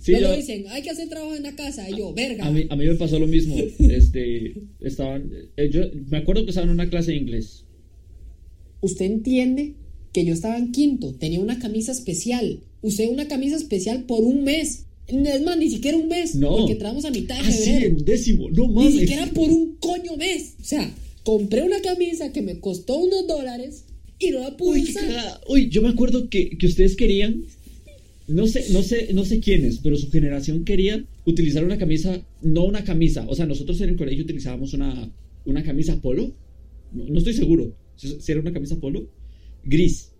Sí,
Luego
yo-
dicen, hay que hacer trabajo en la casa. Y yo, verga.
A mí, a mí me pasó
<laughs>
lo mismo. Este, estaban, eh, yo me acuerdo que estaba en una clase de inglés.
Usted entiende que yo estaba en quinto, tenía una camisa especial. Usé una camisa especial por un mes. Es más, ni siquiera un mes.
No.
Porque entramos a mitad de
Ah, sí, en
febrero.
un décimo. No
ni
mames.
siquiera por un coño mes. O sea, compré una camisa que me costó unos dólares y no la pude
Uy, qué
usar.
cagada. Uy, yo me acuerdo que, que ustedes querían, no sé, no sé, no sé quiénes, pero su generación quería utilizar una camisa, no una camisa. O sea, nosotros en el colegio utilizábamos una, una camisa polo. No, no estoy seguro si, si era una camisa polo. Gris.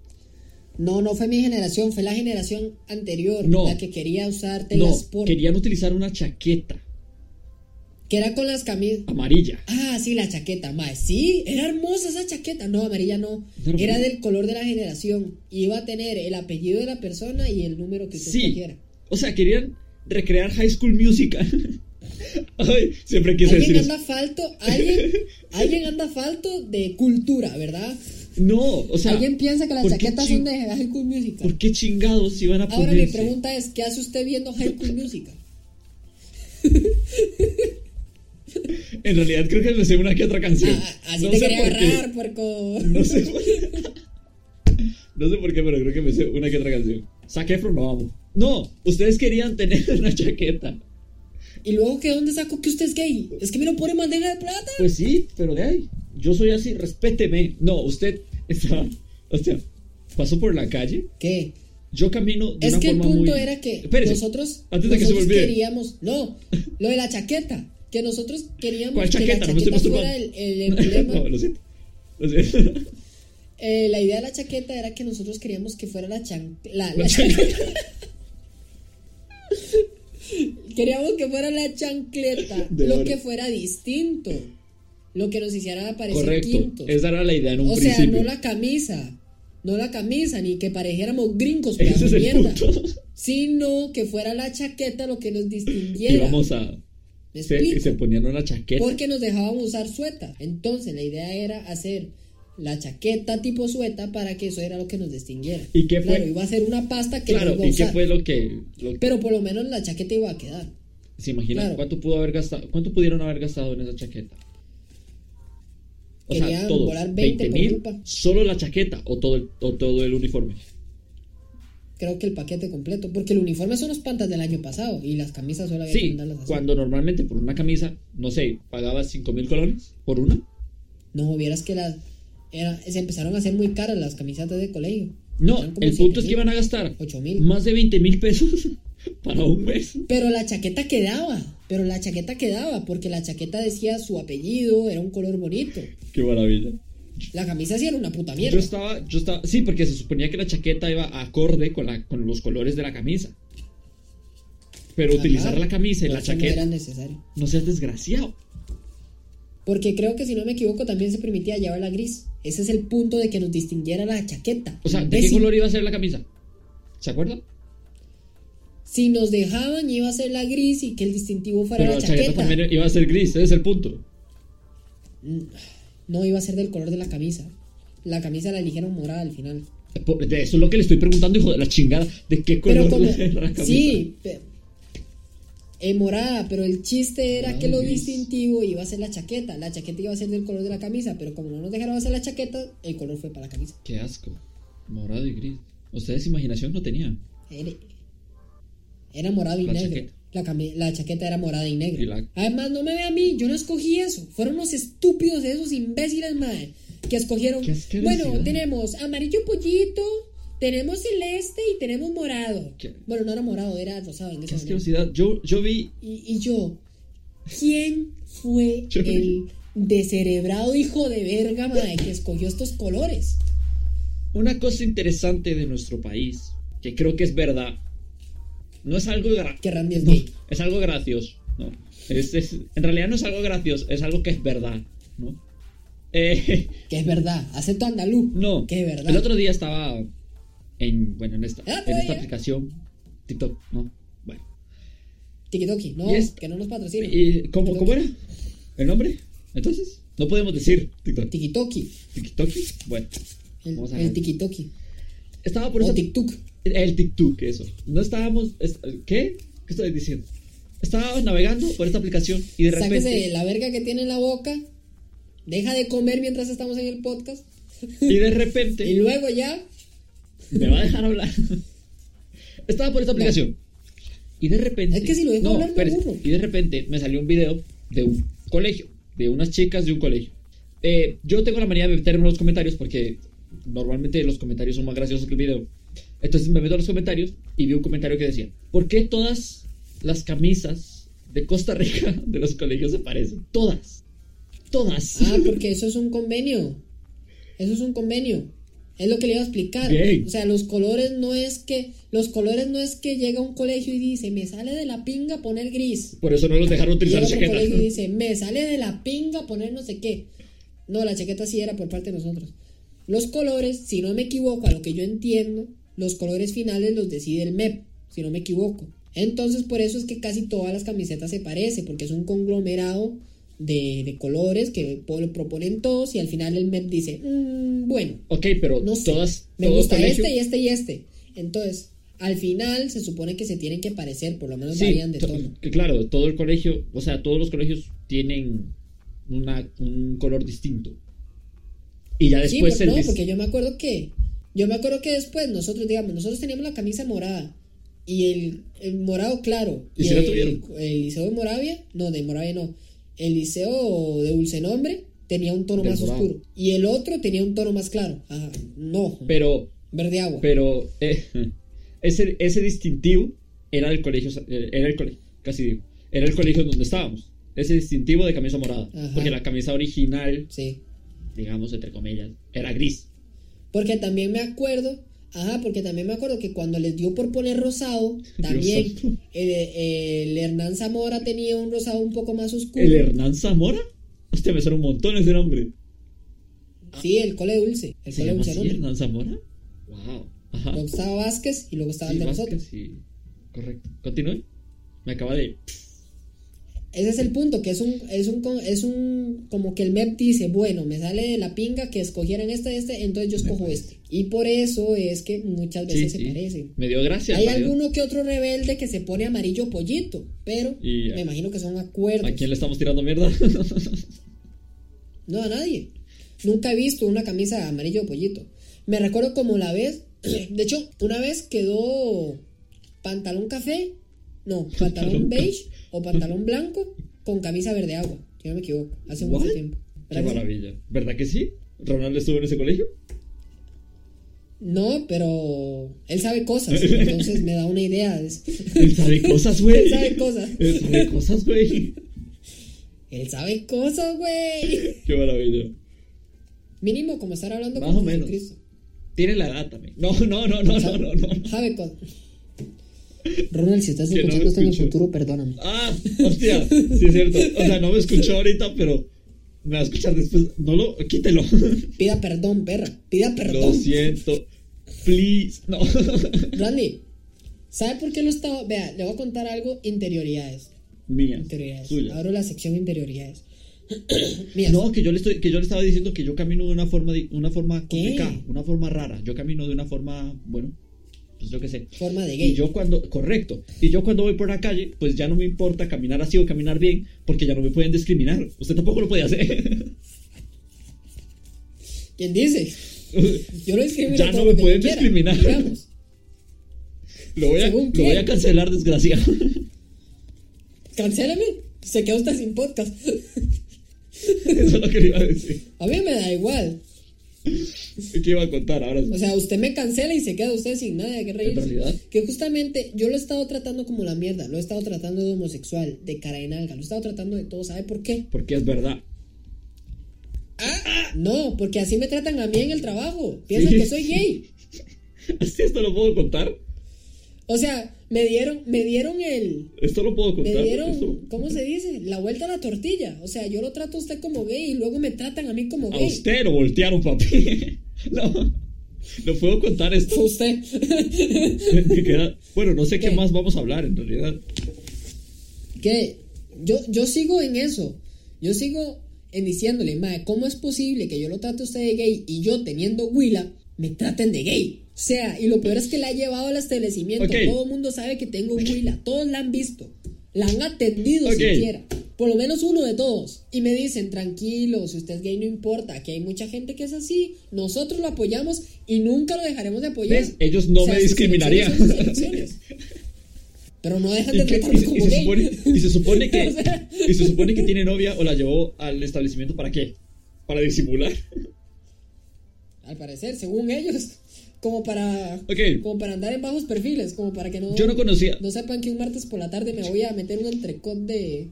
No, no fue mi generación, fue la generación anterior.
No.
La que quería usar
No,
telas por.
querían utilizar una chaqueta
Que era con las camisas.
amarilla.
Ah, sí, la chaqueta, mae. Sí, era hermosa esa chaqueta. No, amarilla no.
Era amarilla.
Era del color de la generación. Iba a tener el apellido de la persona y el número que usted
Sí.
escogiera.
O sea, querían recrear High School Musical. <laughs> Ay, siempre quise decir
Alguien
eso.
anda falto,
<laughs>
alguien, alguien anda falto de cultura, ¿verdad?
No, o sea.
alguien piensa que las
¿por qué
chaquetas
ching-
son de High School Musical.
¿Por qué chingados iban a
Ahora mi
ponerse?
pregunta es, ¿qué hace usted viendo High School Musical?
En realidad creo que le sé una que otra canción.
Ah, así
no
te
sé
quería
por qué.
agarrar, puerco.
No sé por qué. No sé por qué, pero creo que me sé una que otra canción. Zac Efron lo amo. No, ustedes querían tener <laughs> una chaqueta.
Y luego, ¿qué dónde saco que usted es gay? Es que me lo pone bandera de plata.
Pues sí, pero de ahí. Yo soy así, respéteme. No, usted estaba. O sea, pasó por la calle.
¿Qué?
Yo camino de
Es
una
que el
forma
punto
muy-
era que
Espérese,
nosotros,
Antes de que se me
nosotros
olvide. <laughs>
queríamos, no, lo de la chaqueta, que nosotros queríamos
¿Cuál
que la
chaqueta? No me estoy
chaqueta fuera el,
masturbando.
el emblema.
<laughs> no, lo siento. Lo siento.
Eh, la idea de la chaqueta era que nosotros queríamos que fuera la chan, la,
La
la-
chaqueta.
<laughs> queríamos que fuera la chancleta,
De
lo
oro.
que fuera distinto, lo que nos hiciera parecer
<laughs> Correcto.
quintos.
Esa era la idea en un
o sea,
principio.
no la camisa, no la camisa, ni que pareciéramos gringos, pero
Ese es el
mierda,
punto. <laughs>
sino que fuera la chaqueta lo que nos distinguiera.
Y vamos a.
¿Me
Se,
explico?
se ponían una chaqueta.
Porque nos dejaban usar sueta. Entonces la idea era hacer la chaqueta tipo sueta para que eso era lo que nos distinguiera.
¿Y qué fue?
Claro, iba a ser una pasta que
claro,
no iba a
¿y qué
usar.
fue lo que, lo que-
Pero por lo menos la chaqueta iba a quedar.
se imaginan?
claro.
¿Cuánto pudo haber gastado? ¿Cuánto pudieron haber gastado en esa chaqueta? O sea,
Querían
todos,
volar 20
20
por
mil,
culpa.
solo la chaqueta o todo, el, o todo el uniforme.
Creo que el paquete completo. Porque el uniforme son los pantas del año pasado. Y las camisas solo había que
Sí,
mandarlas así.
cuando normalmente por una camisa, no sé, pagabas 5 mil colones por una.
No vieras que las. era- se empezaron a hacer muy caras las camisetas de colegio.
No,
Eran como
el punto es
$7,000,
que iban a gastar
$8,000.
más de 20 mil pesos <laughs> para un mes.
Pero la chaqueta quedaba. Pero la chaqueta quedaba. Porque la chaqueta decía su apellido. Era un color bonito.
Qué maravilla.
La camisa sí era una puta mierda.
Yo estaba, yo estaba, sí, porque se suponía que la chaqueta iba acorde con, la, con los colores de la camisa. Pero
Ajá.
utilizar la camisa y
Por
la
eso no
chaqueta,
era necesario.
no seas desgraciado.
Porque creo que si no me equivoco también se permitía llevar la gris. Ese es el punto de que nos distinguiera la chaqueta.
O sea, ¿de qué
Imbécil.
color iba a ser la camisa? ¿Se acuerdan?
Si nos dejaban iba a ser la gris y que el distintivo fuera
Pero
la
la chaqueta.
chaqueta.
también iba a ser gris, ese es el punto.
No iba a ser del color de la camisa. La camisa la eligieron morada al final.
Por- De eso es lo que le estoy preguntando, hijo de la chingada. ¿De qué color
Pero como
era <laughs> la camisa?
sí, pe- eh, morada, pero el chiste era
Morada
que
y
lo
gris.
distintivo iba a ser la chaqueta. La chaqueta iba a ser del color de la camisa, pero como no nos dejaron hacer la chaqueta, el color fue para la camisa.
Qué asco. Morado y gris. Ustedes imaginación no tenían.
Era, era morado y
La
negro.
chaqueta.
La, cami- la chaqueta era morada y negra.
Y la-
Además, no me ve a mí, yo no escogí eso. Fueron los estúpidos esos imbéciles, madre, que escogieron.
Qué asquerosidad.
Bueno, tenemos amarillo pollito, tenemos celeste y tenemos morado.
Qué-
Bueno, no era morado, era rosado en
Qué
ese momento.
asquerosidad. Yo, yo vi.
Y, y yo, ¿quién fue
Yo-
el descerebrado hijo de verga, madre, que escogió estos colores?
Una cosa interesante de nuestro país, que creo que es verdad, no es algo gra-
Que Randy es
no,
gay.
es algo gracioso, no. Es- es- en realidad no es algo gracioso, es algo que es verdad, ¿no? Eh, <laughs>
Que es verdad, acepto andaluz.
no.
que es verdad.
El otro día estaba en, bueno, en esta,
Ah,
en esta
todavía.
aplicación, TikTok, ¿no? Bueno.
Tikitoki, no,
Y es-
que no nos patrocina.
¿Y cómo,
TikTok.
cómo era? ¿El nombre? Entonces, no podemos decir TikTok.
Tikitoki,
TikTok, bueno.
el,
Vamos a
el
ver.
Tikitoki.
Estaba por
O
esa
TikTok.
El TikTok, eso. No estábamos. es- ¿Qué? ¿Qué estoy diciendo? Estaba navegando por esta aplicación y de repente.
Sáquese de la verga que tiene en la boca. Deja de comer mientras estamos en el podcast.
Y de repente.
<laughs> Y luego ya.
Me va a dejar hablar. <laughs> Estaba por esta aplicación. Y de repente.
Es que si lo dejo
no,
hablar, me
espérese.
aburro.
Y de repente me salió un video de un colegio. De unas chicas de un colegio. Eh, yo tengo la manía de meterme en los comentarios porque normalmente los comentarios son más graciosos que el video. Entonces me meto a los comentarios y vi un comentario que decía: ¿Por qué todas las camisas de Costa Rica <laughs> de los colegios se parecen? Todas. Todas.
Ah, porque eso es un convenio. Eso es un convenio. Es lo que le iba a explicar.
Bien.
O sea, los colores no es que. Los colores no es que llega a un colegio y dice, me sale de la pinga poner gris.
Por eso no los dejaron
Y
utilizar
llega a
la
otro
chaqueta.
colegio y dice, me sale de la pinga poner no sé qué. No, la chaqueta sí era por parte de nosotros. Los colores, si no me equivoco, a lo que yo entiendo, los colores finales los decide el MEP, si no me equivoco. Entonces, por eso es que casi todas las camisetas se parecen, porque es un conglomerado de, de colores que po- lo proponen todos y al final el MEP dice, "Mm, bueno,
Ok, pero
no sé,
todas.
me
todo
gusta
colegio-
este y este y este. Entonces, al final se supone que se tienen que parecer, por lo menos
Sí,
varían de
to-
tono.
que claro, todo el colegio, o sea, todos los colegios tienen una, un color distinto. Y ya después
sí,
el
por- no,
dis-
porque yo me acuerdo que yo me acuerdo que después nosotros digamos nosotros teníamos la camisa morada y el, el morado claro
¿Y si
el,
la tuvieron?
el liceo de Moravia no de Moravia no el liceo de Dulcenombre tenía un tono
Del
más
morado.
oscuro y el otro tenía un tono más claro ajá no
pero,
verde agua
pero eh, <laughs> ese, ese distintivo era el colegio, eh, era el colegio, casi digo, era el colegio en donde estábamos. Ese distintivo de camisa morada,
Ajá.
porque la camisa original,
sí
digamos entre comillas, era gris.
porque también me acuerdo ajá porque también me acuerdo que cuando les dio por poner
<laughs>
rosado también
santo.
el, el Hernán Zamora tenía un rosado un poco más oscuro
El Hernán Zamora, hostia, me suena un montón ese nombre.
Sí, el cole dulce. El
¿Se
cole
llama
dulce
así
¿no?
Hernán Zamora? Wow. Ajá.
Luego estaba Vázquez y luego estaba el
Sí,
de
Vázquez,
nosotros.
sí. Correcto. Continúe. Me acaba de.
Ese es el punto, que es un, es un, co- es un, como que el MEP dice, bueno, me sale de la pinga que escogieran este, este, entonces yo
Me
escojo
parece.
este. Y por eso es que muchas
Sí,
veces se
sí.
parecen.
Me dio gracia.
Hay
en realidad.
alguno que otro rebelde que se pone amarillo pollito, pero
Y,
me
eh,
imagino que son acuerdos.
¿A quién le estamos tirando mierda? <laughs>
No, a nadie. Nunca he visto una camisa amarillo pollito. Me recuerdo como la vez, <clears throat> de hecho, una vez quedó pantalón café,
<laughs>
no,
Pantalón
pantalón
ca-
beige o pantalón blanco con camisa verde agua, si no me equivoco, hace
What?
mucho tiempo.
Qué
¿Verdad que sí?
maravilla. ¿Verdad que sí? ¿Ronaldo estuvo en
<laughs>
ese colegio?
No, pero él sabe
<laughs>
cosas, entonces me da una idea. Es-
Él sabe cosas, güey.
Él sabe cosas.
Él sabe cosas, güey.
<laughs> él sabe cosas, güey. <laughs>
Qué maravilla.
Mínimo como estar hablando
Más o
con
menos.
Jesucristo.
Tiene la edad también. No, no, no, <laughs> no, no, no. no.
Sabe cosas. Ronald, si estás
Que no me
escuchando esto en el
escucho.
futuro, perdóname.
Ah, hostia. Sí, es cierto. O sea, no me escuchó ahorita, pero me va a escuchar después. No lo. Quítelo.
Pida perdón, perra. Pida
Lo
perdón.
siento. Please. No. <laughs>
Randy, ¿sabe por qué lo estaba? Vea, le voy a contar algo. Interioridades.
Mía.
Interioridades.
Suya.
Abro la sección
<clears throat>
interioridades. Mira,
No, que yo le estoy, que yo le estaba diciendo que yo camino de una forma, di- una forma
¿Qué?
complicada, una forma rara. Yo camino de una forma, bueno, pues yo qué sé.
forma de gay.
Y yo cuando, correcto. Y yo cuando voy por la calle, pues ya no me importa caminar así o caminar bien, porque ya no me pueden discriminar. Usted tampoco lo puede hacer. <laughs>
¿Quién dice? Yo lo escribí.
Ya no me pueden discriminar.
Digamos.
lo voy a,
¿Según
lo voy a
quién?
cancelar, desgraciado.
<laughs>
<laughs>
Cancélame. Se quedó usted sin podcast.
Eso es lo que le iba a decir.
A mí me da igual.
¿Qué iba a contar ahora?
O sea, usted me cancela y se queda usted sin nada de qué reírse.
realidad.
Que justamente yo lo he estado tratando como la mierda. Lo he estado tratando de homosexual, de cara de nalga. Lo he estado tratando de todo. ¿Sabe por qué?
Porque es verdad. <laughs>
No, porque así me tratan a mí en el trabajo. Piensan
Sí.
que soy gay.
Así esto lo puedo contar.
O sea, me dieron, me dieron el.
Esto lo puedo
Me
contar.
dieron,
Esto-
¿cómo se dice? La vuelta a la tortilla. O sea, yo lo trato a usted como gay y luego me tratan a mí como
A
gay.
usted lo voltearon, papi. <laughs> No, no puedo contar
<laughs> A
esto.
usted.
que queda- Bueno, no sé qué
¿Qué?
más vamos a hablar en realidad.
que yo, yo sigo en eso. Yo sigo en diciéndole, mae, ¿cómo es posible que yo lo trate a usted de gay y yo teniendo huila me traten de gay. O sea, y lo peor es que la ha llevado al establecimiento.
Ok.
Todo el mundo sabe que tengo huila. Todos la han visto. La han atendido
Ok.
siquiera. Por lo menos uno de todos. Y me dicen, tranquilo, si usted es gay no importa. Que hay mucha gente que es así. Nosotros lo apoyamos y nunca lo dejaremos de apoyar.
¿Ves? Ellos no
O sea,
me
sus
discriminarían.
elecciones son sus elecciones. Pero no
<laughs>
dejan de
Y, que-
tratarnos
y
como
se
gay.
supone, y se supone
<laughs>
que
O sea.
y se supone que tiene novia o la llevó al establecimiento para qué? Para disimular.
Al parecer, según ellos. <laughs> Como para.
Ok.
Como para andar en bajos perfiles. Como para que no.
Yo no conocía.
No sepan que un martes por la tarde me voy a meter un entrecot de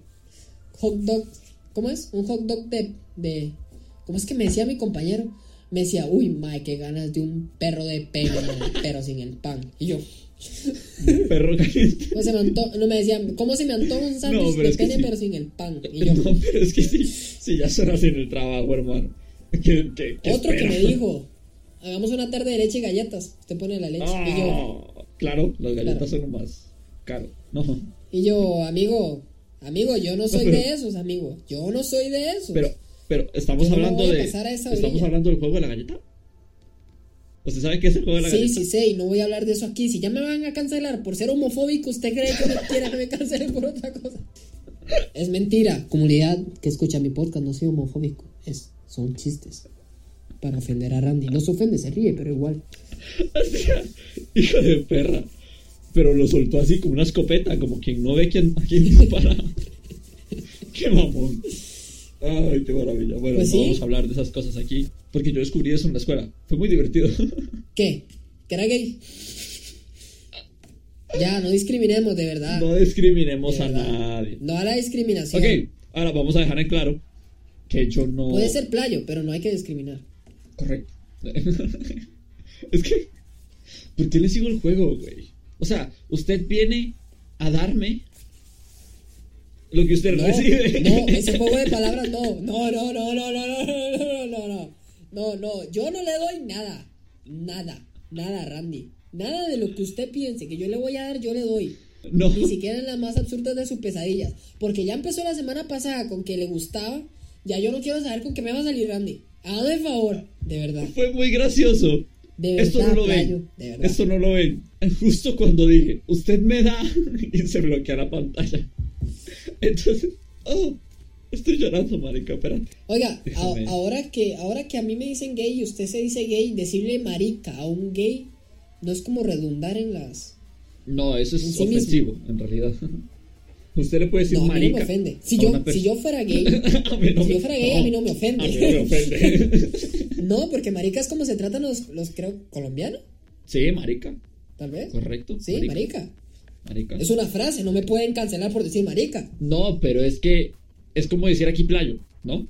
hot dog. ¿Cómo es? Un hot dog de, de. ¿Cómo es que me decía mi compañero? Me decía, uy, mae, qué ganas de un perro de pelo, <laughs> mae, pero sin el pan. Y yo,
Perro caliente.
pues se me anto- no me decía, ¿cómo se me antoja un sándwich
pero
de
es que
pene
sí.
pero sin el pan? Y
<laughs>
yo,
No, pero es que sí, sí ya son así en el trabajo, hermano. ¿Qué- qué- qué
otro que
espera?
me dijo, hagamos una tarde de leche y galletas. Usted pone la leche. Y yo,
Ah, claro, las galletas son lo más caro. No,
y yo, amigo, amigo, yo no soy
pero-
de esos, amigo. Yo no soy de esos.
pero, pero estamos
Yo no
hablando
voy a
de.
pasar a esa
¿Estamos
orilla.
hablando del juego de la galleta? ¿Usted sabe qué es el juego de la
Sí,
galleta?
sí, sé, y no voy a hablar de eso aquí. Si ya me van a cancelar por ser homofóbico, ¿usted cree que me quiera que me cancelen por otra cosa? Es mentira. Comunidad que escucha mi podcast, no soy homofóbico. Es, son chistes. Para ofender a Randy. No se ofende, se ríe, pero igual.
<laughs> Hijo de perra. Pero lo soltó así como una escopeta, como quien no ve quién, a quién dispara. <laughs> qué mamón. Ay, qué maravilla. Bueno,
Pues
no
sí.
vamos a hablar de esas cosas aquí. Porque yo descubrí eso en la escuela. Fue
<laughs>
muy divertido.
¿Qué? ¿Que era gay? Ya, no discriminemos, de verdad.
no discriminemos
De
a
verdad.
nadie.
No a la discriminación.
Ok, ahora vamos a dejar en claro que yo no.
Puede ser playo, pero no hay que discriminar.
Correcto. <laughs> es que. ¿Por qué le sigo el juego, güey? O sea, usted viene a darme lo que usted
No,
recibe.
no,
<laughs>
ese juego de palabras no. No, no, no, no, no, no, no, no, no, no. No, no, yo no le doy nada. Nada, nada, Randy. Nada de lo que usted piense que yo le voy a dar, yo le doy.
No.
Ni siquiera en las más absurdas de sus pesadillas. Porque ya empezó la semana pasada con que le gustaba. Ya yo no quiero saber con qué me va a salir, Randy. Hágame el favor, de verdad.
Fue muy gracioso.
De
Esto no
verdad,
lo ven.
Playo, de verdad.
Esto no lo ven. Justo cuando dije, usted me da <laughs> y se bloquea la pantalla. Entonces, oh, estoy llorando, marica, espérate.
Oiga, a-
Déjame.
ahora que ahora que a mí me dicen gay y usted se dice gay, decirle marica a un gay no es como redundar en las
No, eso es
En sí mismo.
ofensivo, en realidad. Usted le puede decir
no, a mí no
marica.
me ofende. Si
a
yo,
una
si yo fuera gay,
persona. A mí no
si
me-
yo fuera gay, <laughs> a mí no me ofende.
A mí no me ofende.
no, porque marica es como se tratan los, los creo, colombianos,
<laughs> sí, marica.
tal vez.
Correcto.
Sí, marica.
Marica.
Es una frase, no me pueden cancelar por decir marica.
No, pero es que es como decir aquí playo, ¿no?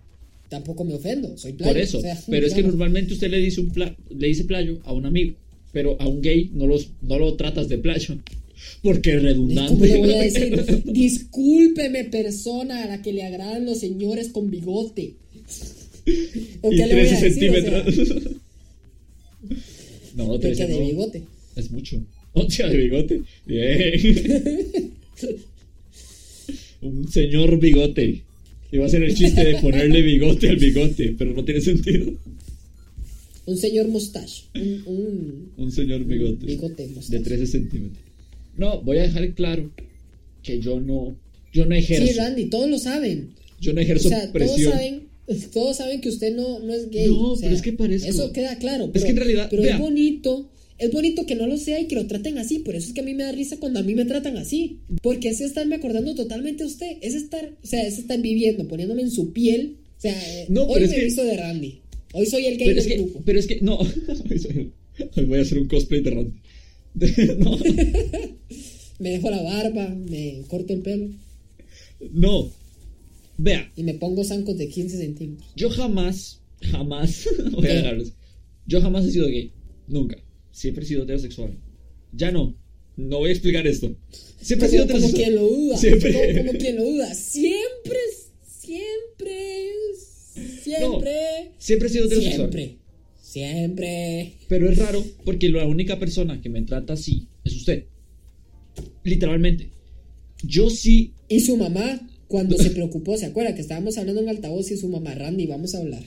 Tampoco me ofendo, soy playo.
Por eso.
o sea,
pero es que
digamos,
normalmente usted le dice un pla- le dice playo a un amigo, pero a un gay no los no lo tratas de playo. <laughs> Porque es redundante.
¿Cómo le voy a
<laughs>
decir? Discúlpeme, persona a la que le agradan los señores con bigote. ¿O
y
qué le voy
13
a decir? O sea,
centímetros. <laughs> no,
peca
13
de
no.
bigote.
Es mucho. <laughs> Hostia, de bigote. Bien. Un señor bigote. Iba a hacer el chiste de ponerle bigote al bigote, pero no tiene sentido.
Un señor mustache. Un, un
Un señor bigote.
bigote
De
mustache.
13 centímetros. No, voy a dejar claro que yo no. Yo no
Sí,
ejerzo.
Randy, todos lo saben.
yo no
O
ejerzo
sea, todos
presión.
saben, pues, todos saben que usted no, no es gay.
No,
o sea,
pero es que parezco.
Eso queda claro.
Es
pero-
que en realidad,
Pero
vea.
es bonito. Es bonito que no lo sea y que lo traten así. Por eso es que a mí me da risa cuando a mí me tratan así. Porque es estarme acordando totalmente a usted. Es estar, o sea, es estar viviendo, poniéndome en su piel. O sea, eh,
No,
hoy
pero es
me
que-
he visto de Randy. Hoy soy el gay
Pero
del
es, que,
grupo.
pero es que, no. <laughs> Hoy soy- hoy voy a hacer un cosplay de Randy. <laughs> no,
Me dejo la barba, me corto el pelo
no. Vea,
y me pongo zancos de 15 centímetros.
Yo jamás, jamás, <laughs> voy a
¿Qué?
dejarlos. Yo jamás he sido gay. Nunca. Siempre he sido heterosexual. Ya no. No voy a explicar esto. Siempre he sido
Como, como
heterosexual.
quien lo duda.
Siempre.
Como, como quien lo duda. Siempre, siempre, siempre.
Siempre he sido heterosexual.
Siempre. Siempre.
Pero es raro porque la única persona que me trata así es usted. Literalmente. Yo sí.
Y su mamá, cuando se preocupó, ¿se acuerda que estábamos hablando en altavoz y su mamá, Randy, vamos a hablar?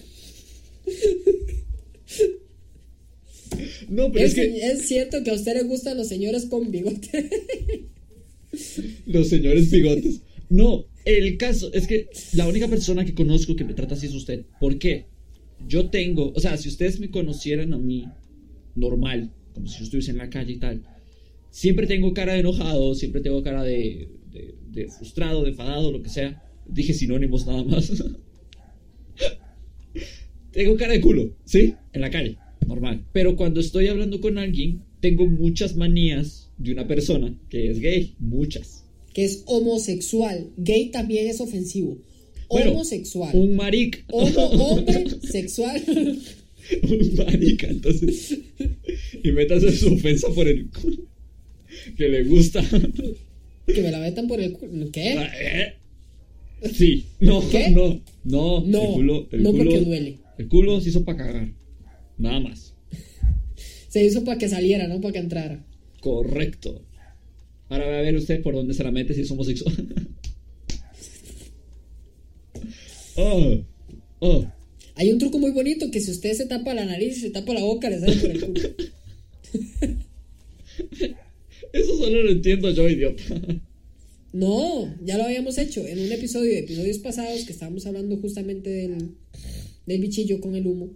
No, pero es,
es,
que
es cierto que a usted le gustan los señores con bigote. <laughs>
los señores bigotes. No, el caso es que la única persona que conozco que me trata así es usted. ¿Por qué? Yo tengo, o sea, si ustedes me conocieran a mí normal, como si yo estuviese en la calle y tal, siempre tengo cara de enojado, siempre tengo cara de, de, de frustrado, de enfadado, lo que sea. Dije sinónimos nada más. <laughs> tengo cara de culo, ¿sí? En la calle, normal. Pero cuando estoy hablando con alguien, tengo muchas manías de una persona que es gay, muchas.
que es homosexual. Gay también es ofensivo.
Bueno,
homosexual.
Un maric.
Homo, hombre, sexual.
<laughs>
<laughs>
un marica, entonces. Y métase su ofensa por el culo. Que le gusta.
que me la metan por el culo. ¿Qué?
Eh, Sí, no,
¿Qué?
no, no,
No,
el culo, el
no
culo-
porque duele.
El culo se hizo para cagar, nada más.
Se hizo para que saliera, no para que entrara.
Correcto. Ahora va a ver usted por dónde se la mete si es homosexual. <laughs> oh, oh,
Hay un truco muy bonito que si usted se tapa la nariz y se tapa la boca, le sale por el
<laughs>
culo.
eso solo lo entiendo yo, idiota.
No, ya lo habíamos hecho en un episodio de episodios pasados que estábamos hablando justamente del, del bichillo con el humo.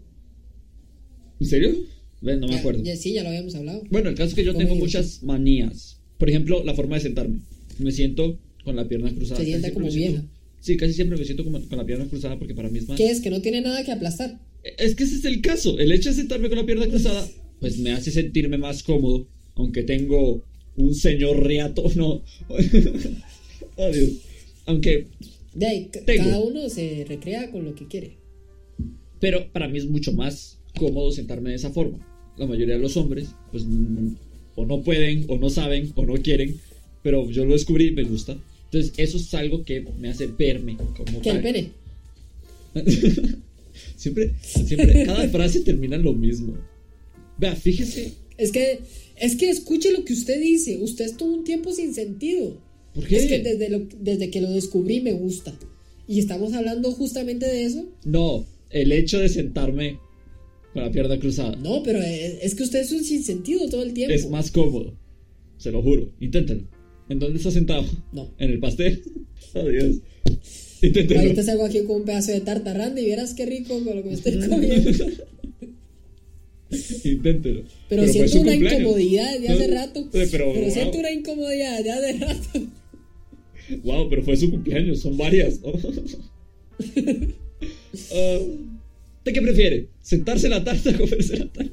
¿En serio? Ven, no me
Ya-
acuerdo.
ya- sí, ya lo habíamos hablado.
Bueno, el caso es que yo
¿Cómo
tengo
digo?
muchas manías. Por ejemplo, la forma de sentarme. Me siento con la pierna cruzada.
Se
Casi
sienta
siempre
como
me siento-
vieja.
Sí, casi siempre me siento como con la pierna cruzada porque para mí es más.
¿Qué es? Que no tiene nada que aplastar.
Es que ese es el caso. El hecho de sentarme con la pierna cruzada, pues me hace sentirme más cómodo. Aunque tengo un señor reato. <laughs> No. oh, Dios. Aunque.
De ahí, c-
Tengo.
cada uno se recrea con lo que quiere.
Pero para mí es mucho más cómodo sentarme de esa forma. La mayoría de los hombres, pues. mm, O no pueden, o no saben, o no quieren. Pero yo lo descubrí y me gusta. Entonces, eso es algo que me hace verme como.
Que el
tal.
pene.
<laughs> siempre, siempre, cada frase termina en lo mismo. Vea, fíjese.
Es que, es que escuche lo que usted dice. Usted estuvo un tiempo sin sentido.
¿Por qué?
Es que desde, lo- desde que lo descubrí me gusta. Y estamos hablando justamente de eso.
No, el hecho de sentarme con la pierna cruzada
No, pero es, es que usted es un sinsentido todo el tiempo.
es más cómodo. Se lo juro, inténtalo. ¿En dónde está sentado?
No.
¿En el pastel? <laughs> Oh, Dios. Inténtelo.
Ahorita salgo aquí con un pedazo de tartarranda y vieras qué rico con lo que me estoy comiendo.
Inténtelo.
Pero,
fue
siento
su
una
cumpleaños.
incomodidad desde hace
No,
rato.
Pero,
siento
wow,
una incomodidad desde hace rato.
wow, pero fue su cumpleaños, son varias.
<laughs>
¿no? Ah, ¿De qué prefiere? ¿Sentarse en la tarta o comerse la tarta?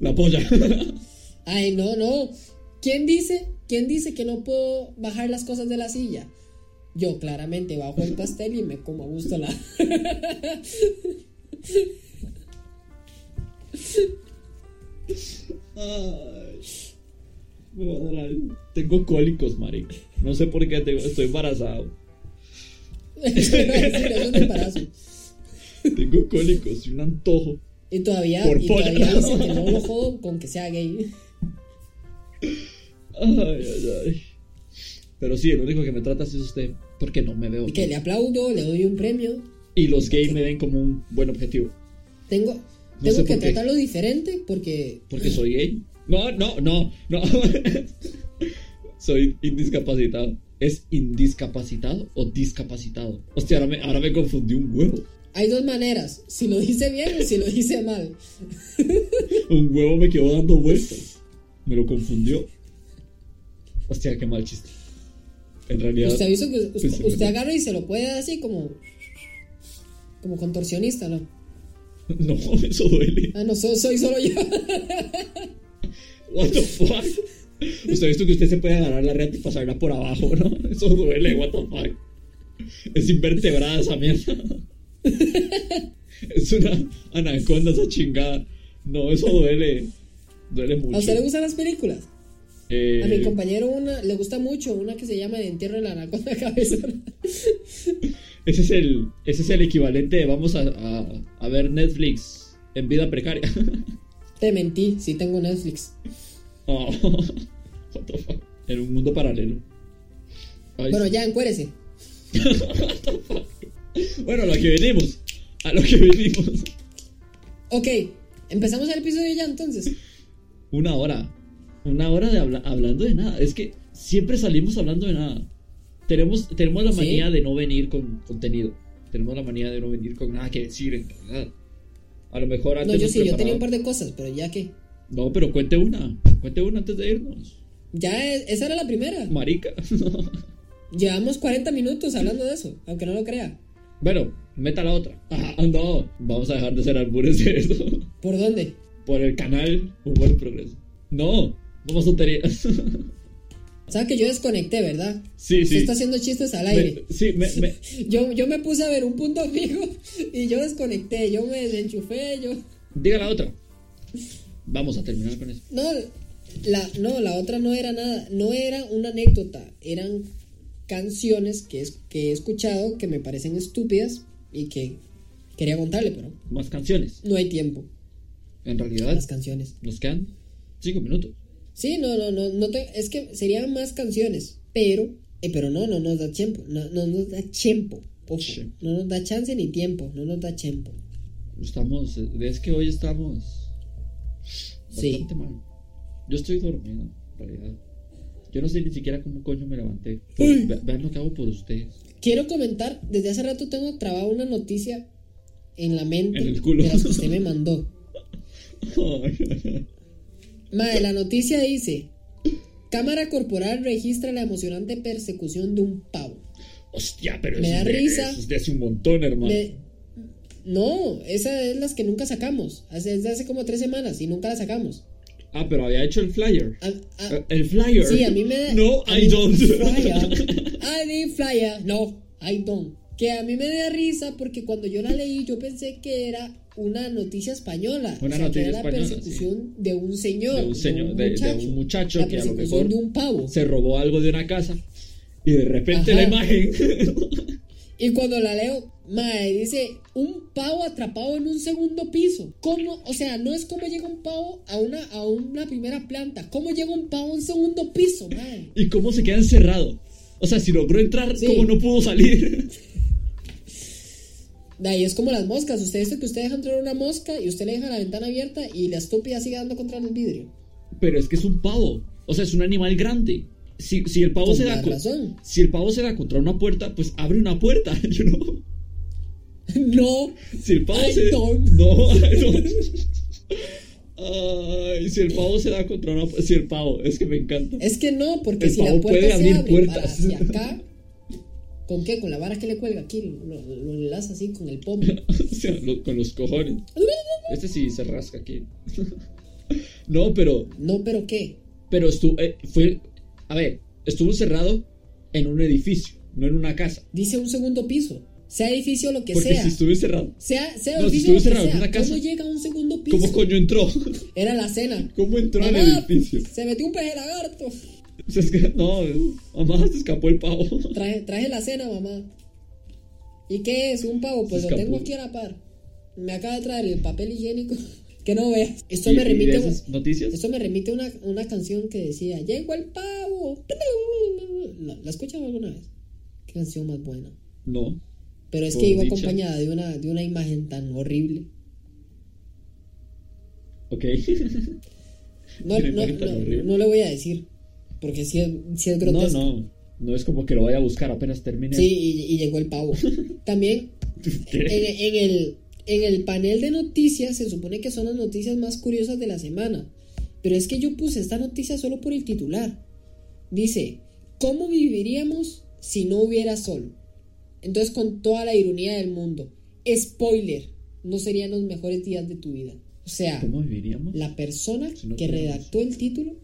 la polla. <laughs>
Ay, no, no. ¿Quién dice? ¿Quién dice que no puedo bajar las cosas de la silla? Yo claramente bajo el pastel y me como a gusto la. <laughs>
Ay, me va a dar algo. Tengo cólicos, marica. No sé por qué tengo- estoy embarazado.
Eso iba a decir, es un embarazo.
Tengo cólicos y un antojo.
Y todavía,
Por
y todavía
polla.
dice que no lo jodo con que sea gay.
Ay, ay, ay. Pero sí, el único que me trata así es usted, porque no me veo.
Y que le aplaudo, le doy un premio.
Y los gays me ven como un buen objetivo,
Tengo,
No
tengo
sé
que
por qué.
tratarlo diferente porque.
porque soy gay. No, no, no, no. <laughs> soy indiscapacitado. ¿Es indiscapacitado o discapacitado? Hostia, ahora me, ahora me confundí un huevo.
Hay dos maneras: si lo dice bien o si lo dice mal.
Un huevo me quedó dando vueltas. Me lo confundió. Hostia, qué mal chiste. En realidad.
Usted aviso que
Sí, sí,
usted, usted
perdón.
agarra y se lo puede dar así como. Como contorsionista, ¿no?
<laughs> No, eso duele.
Ah, no, so- soy solo yo.
What the fuck? Usted ha visto que usted se puede agarrar la red y pasarla por abajo, ¿no? Eso duele, what the fuck. Es invertebrada esa mierda. Es una anaconda esa chingada. No, eso duele. Duele mucho.
¿A usted le gustan las películas?
Eh,
A mi compañero una le gusta mucho, una que se llama De entierro de la anaconda <laughs> cabezona.
Ese es el, ese es el equivalente de vamos a, a- a ver Netflix en vida precaria. <laughs>
Te mentí, sí tengo Netflix.
Oh, what the fuck. En un mundo paralelo. Ay,
Bueno,
sí.
ya, encuérese.
Bueno, a lo que venimos. A lo que venimos.
Ok, empezamos el episodio ya entonces.
Una hora. Una hora de habla- hablando de nada. Es que siempre salimos hablando de nada. Tenemos, tenemos la
Sí.
manía de no venir con contenido. Tenemos la manía de no venir con nada que decir, en realidad. A lo mejor antes.
No, yo
Ah, nos
sí, yo tenía
preparaba-
un par de cosas, pero ya que.
No, pero cuente una. Cuente una antes de irnos.
Ya es- esa era la primera.
Marica. <laughs>
Llevamos 40 minutos hablando de eso, aunque no lo crea.
bueno, meta la otra. <laughs> Ah, no, vamos a dejar de ser albures de eso. <laughs>
¿Por dónde?
Por el canal Humor en Progreso. No, vamos a tonterías. <laughs>
¿Sabes que yo desconecté, verdad?
sí,
Se
sí.
está haciendo chistes al aire.
Me- sí, me- me-
Yo, yo me puse a ver un punto fijo y yo desconecté, yo me desenchufé, yo...
Diga la otra. Vamos a terminar con eso.
No, la, no, la otra no era nada, no era una anécdota, eran canciones que, es, que he escuchado que me parecen estúpidas y que quería contarle, pero
Más canciones.
no hay tiempo
En
para
realidad,
las canciones.
nos quedan cinco minutos.
Sí, no, no, no, no te- es que serían más canciones, pero, eh, pero no, no nos da tiempo, no, no nos da tiempo, ojo,
Sí.
no nos da chance ni tiempo, no nos da tiempo.
Estamos. Es que hoy estamos.
Sí.
Bastante mal. Yo estoy dormido, en realidad. Yo no sé ni siquiera cómo coño me levanté. Por-
Uy.
ve- vean lo que hago
<laughs>
por ustedes.
Quiero comentar, desde hace rato tengo trabada una noticia en la mente
En el culo.
de las que usted
<laughs>
me mandó. Madre, la noticia dice: Cámara corporal registra la emocionante persecución de un pavo.
Hostia, pero
Me
eso
da
es de-
risa.
eso es de hace un montón, hermano.
Me- No, esa es las que nunca sacamos. Hace, desde hace como tres semanas y nunca la sacamos.
Ah, pero había hecho el flyer.
A- a-
Eh, el flyer.
Ah. sí, a mí me da.
No,
a
I
mí-
don't.
Flyer.
<laughs>
I did flyer. No, I don't. Que a mí me da risa porque cuando yo la leí, yo pensé que era una noticia española.
Una
o sea, que
noticia
era la
española,
persecución de un señor.
De un señor, de- de un muchacho
La
que a lo
persecución
mejor
de un pavo.
se robó algo de una casa y de repente
Ajá.
la imagen. <laughs>
Y cuando la leo, mae, dice un pavo atrapado en un segundo piso. ¿Cómo? O sea, no es como llega un pavo a una, a una primera planta. ¿Cómo llega un pavo a un segundo piso, mae?
y cómo se queda encerrado. O sea, si logró entrar,
Sí.
¿cómo no pudo salir? <laughs>
De ahí es como las moscas. Usted dice que usted deja entrar una mosca y usted le deja la ventana abierta y la estúpida sigue dando contra el vidrio. <laughs>
pero es que es un pavo. O sea, es un animal grande. Si, si el pavo
Con
se
más
da con-
razón.
si el pavo se da contra una puerta, pues abre una puerta, <laughs> you know?
no.
Si el pavo
I
se
don't.
no, <laughs> I don't. Ay, si el pavo se da contra una pu- si el pavo, es que me encanta. <laughs>
Es que no, porque
El
si la
pavo
puerta
puede
se
abrir
abre para
puertas.
hacia
<laughs>
acá, ¿con qué? Con la vara que le cuelga aquí, lo, lo enlaza así con el pomo.
O sea, lo- con los cojones. Este sí se rasca aquí. <laughs> No, pero
No, pero ¿qué?
Pero estuvo, fue, a ver, estuvo cerrado en un edificio, no en una casa.
Dice un segundo piso. Sea edificio lo que
Porque
sea.
si estuvo cerrado,
Sea, sea
No, si
edificio lo
estuviese
que
en
sea.
una casa.
¿Cómo llega a un segundo piso?
¿cómo coño entró? <laughs>
Era la cena.
¿Cómo entró al
Mamá,
edificio?
Se metió un peje lagarto.
Se esca- no, mamá, se escapó el pavo.
Traje, traje la cena, mamá. ¿Y qué es? Un pavo. Pues
Se
lo
escapó.
tengo aquí a la par. Me acaba de traer el papel higiénico. <laughs> Que no veas. Esto
Y-
me
y
remite a
de esas noticias?
Esto me remite a una, una canción que decía, llegó el pavo. ¿La, la escuchaba alguna vez? Qué canción más buena.
No.
Pero es
Por
que iba
dicha.
acompañada de una, de una imagen tan horrible.
Ok. <laughs>
No,
Tiene
no,
imagen tan
no,
horrible.
no le voy a decir. Porque si es, sí es
No,
grotesco.
no. No es como que lo vaya a buscar apenas termine.
Sí, Eh, y, y llegó el pavo. También en,
<laughs> ¿Qué?
en el, en el panel de noticias se supone que son las noticias más curiosas de la semana. Pero es que yo puse esta noticia solo por el titular. Dice, ¿cómo viviríamos si no hubiera sol? Entonces con toda la ironía del mundo. Spoiler, no serían los mejores días de tu vida. O sea...
¿Cómo viviríamos?
La persona
Si no
que
tuviéramos.
redactó el título,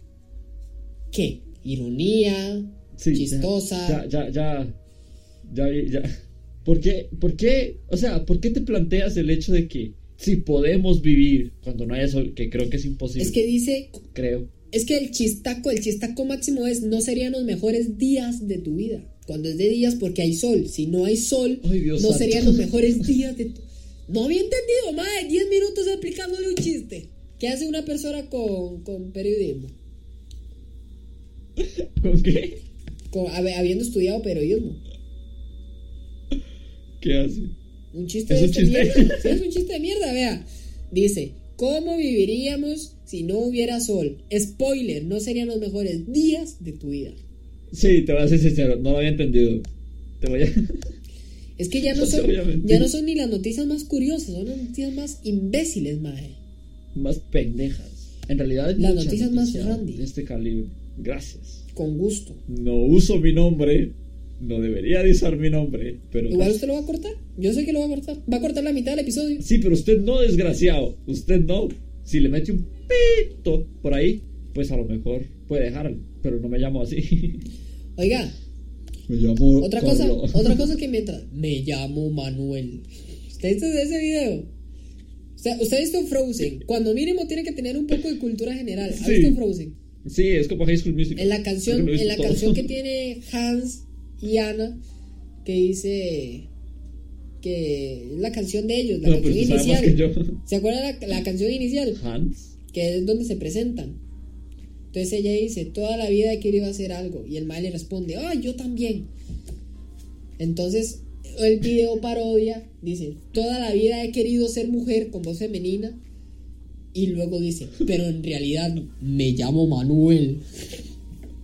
¿qué? Ironía,
Sí, ya,
chistosa.
Ya, ya, ya. Ya, ya. ¿Por qué, ¿Por qué? O sea, ¿por qué te planteas el hecho de que si podemos vivir cuando no haya sol, que creo que es imposible?
Es que dice,
Creo.
es que el chistaco, el chistaco máximo es, no serían los mejores días de tu vida. Cuando es de días porque hay sol, si no hay sol,
Ay, Dios
no
santo.
serían los mejores días de tu No había entendido, más de 10 minutos explicándole un chiste. ¿Qué hace una persona con, con periodismo?
¿Con qué?
Con- hab- habiendo estudiado periodismo.
¿Qué hace?
Un chiste
¿Es
de
un
esta
chiste? <laughs>
mierda. Sí, es un chiste de mierda, vea. Dice, ¿cómo viviríamos si no hubiera sol? Spoiler, no serían los mejores días de tu vida.
Sí, te voy a ser sincero, no lo había entendido. Te voy a... <laughs>
Es que ya no,
No te
son,
voy a mentir.
ya no son ni las noticias más curiosas, son las noticias más imbéciles, madre.
Más pendejas. En realidad, hay
Las
muchas
noticias más
noticias
randy.
De este calibre. Gracias.
Con gusto.
No uso mi nombre. No debería de usar mi nombre. Pero.
Igual usted lo va a cortar. Yo sé que lo va a cortar. Va a cortar la mitad del episodio.
Sí, pero usted no, desgraciado. Usted no. Si le mete un pito por ahí, pues a lo mejor puede dejarlo. Pero no me llamo así.
Oiga,
<laughs> me llamo.
otra cosa,
Carlos.
<laughs> otra
<laughs>
cosa que mientras. Me llamo Manuel. ¿Usted hizo ese video? O sea, usted ha visto Frozen. Cuando mínimo tiene que tener un poco de cultura general. ¿Ha
Sí.
visto Frozen?
Sí, es como High School Music.
En la canción, en la canción que
<laughs>
tiene Hans y Ana, que dice que es la canción de ellos, la
No, pero
canción
usted sabe más
inicial.
que yo. <laughs>
¿Se acuerdan la, la canción inicial?
Hans.
Que es donde se presentan. Entonces ella dice, toda la vida he querido hacer algo. Y el mal le responde, ah, yo también. Entonces, el video parodia, dice, toda la vida he querido ser mujer con voz femenina. Y luego dice, pero en realidad me llamo Manuel. <laughs>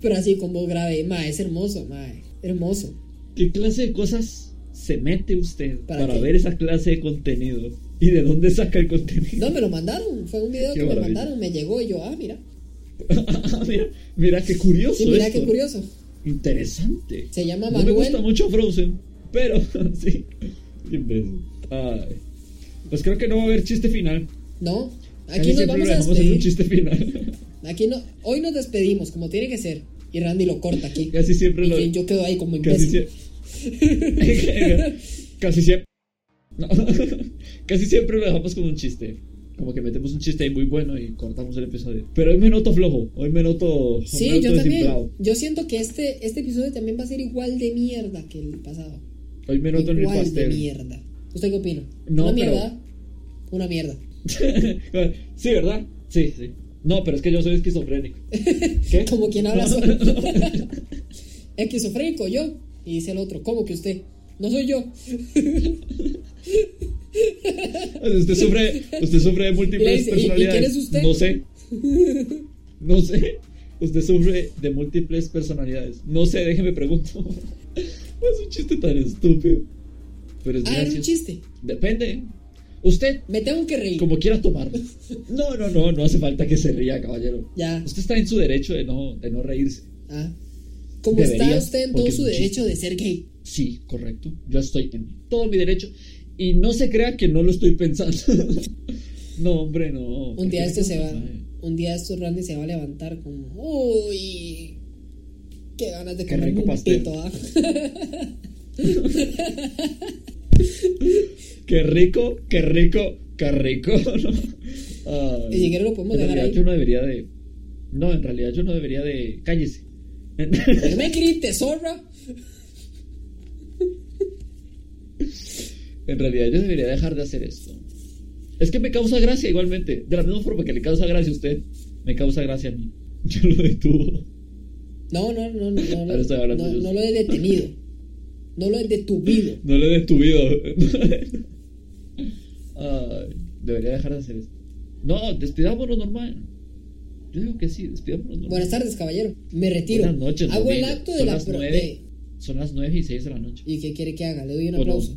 Pero así con voz grave, ma, es hermoso, ma, hermoso.
¿Qué clase de cosas se mete usted
¿Para
para,
qué?
ver esa clase de contenido? ¿Y de dónde saca el contenido?
No, me lo mandaron, fue un video
Qué
que me
maravilla.
mandaron, me llegó y yo, ah, mira.
Ah, <laughs> mira, mira qué curioso.
Sí, mira
esto.
qué curioso.
Interesante.
Se llama
No me
Manuel.
gusta mucho Frozen, pero <laughs> sí. Qué imbécil. Ay. Pues creo que no va a haber chiste final.
No,
Casi
aquí nos
siempre
vamos
lo
a
dejamos en un
despedir.
chiste final. <laughs>
Aquí no, hoy nos despedimos, como tiene que ser. Y Randy lo corta aquí.
Casi siempre lo.
Y yo quedo ahí como
Casi
imbécil.
siempre.
<laughs>
casi siempre. no. <laughs> casi siempre lo dejamos con un chiste. Como que metemos un chiste ahí muy bueno y cortamos el episodio. Pero hoy me noto flojo. Hoy me noto. me
Sí,
noto
yo también.
desinflado.
Yo siento que este, este episodio también va a ser igual de mierda que el pasado.
Hoy me noto en el
igual de
pastel.
mierda. ¿Usted qué opina?
No,
Una
pero-
mierda. Una mierda.
<laughs> sí, ¿verdad? Sí, sí. No, pero es que yo soy
<laughs>
esquizofrénico. ¿Qué?
Como quien habla
No,
solo. <laughs>
<laughs> no.
Esquizofrénico, yo. Y dice el otro, ¿cómo que usted? No soy yo. Ah, <laughs>
Usted sufre, usted sufre de
Y le dice,
múltiples
¿y- y
personalidades.
quién es usted? <laughs>
No sé. No sé. Usted sufre de múltiples personalidades. No sé, déjeme pregunto. <laughs> Es un chiste tan estúpido. Pero es
Ah, era un
gracias.
chiste.
Depende. Usted,
Me tengo que reír.
como quiera
<laughs>
tomarlo. No, no, no, no hace falta que se ría, caballero.
Ya.
Usted está en su derecho de no, de no reírse.
Ah. Como está
Debería,
usted en todo
porque
su
es un
derecho de ser gay.
Sí, correcto. Yo estoy en todo mi derecho. Y no se crea que no lo estoy pensando. <laughs> no, hombre, no.
Un
Porque
día
me
esto se
quedo
va.
tan mal.
Un día esto Randy se va a levantar como. ¡Uy! ¡Qué ganas de
Qué
comer
rico
un
pastel".
pito, ah!
Qué rico, qué rico, qué rico. <laughs> ¿no? Ay,
Ni siquiera lo podemos
en
dejar
realidad
ahí.
yo no debería de. No, en realidad yo no debería de. Cállese. <laughs>
¡No me grites, zorra!
En realidad yo debería dejar de hacer esto. Es que me causa gracia igualmente. De la misma forma que le causa gracia a usted, me causa gracia a mí. <laughs> Yo lo detuvo.
No, no, no, no, no,
<laughs> Ahora estoy
no,
hablando
no,
yo.
no lo he detenido. No lo he detuvido.
No le des tu vida. <laughs> Ay, debería dejar de hacer esto. No, despidámonos normal. Yo digo que sí, despidámonos normal.
Buenas tardes, caballero. Me retiro.
Buenas noches,
Hago el
Rodrigo.
acto de
Son
la
las
pro-
nueve.
de-
Son las 9 y 6 de la noche.
¿Y qué quiere que haga? Le doy un
Bueno,
aplauso.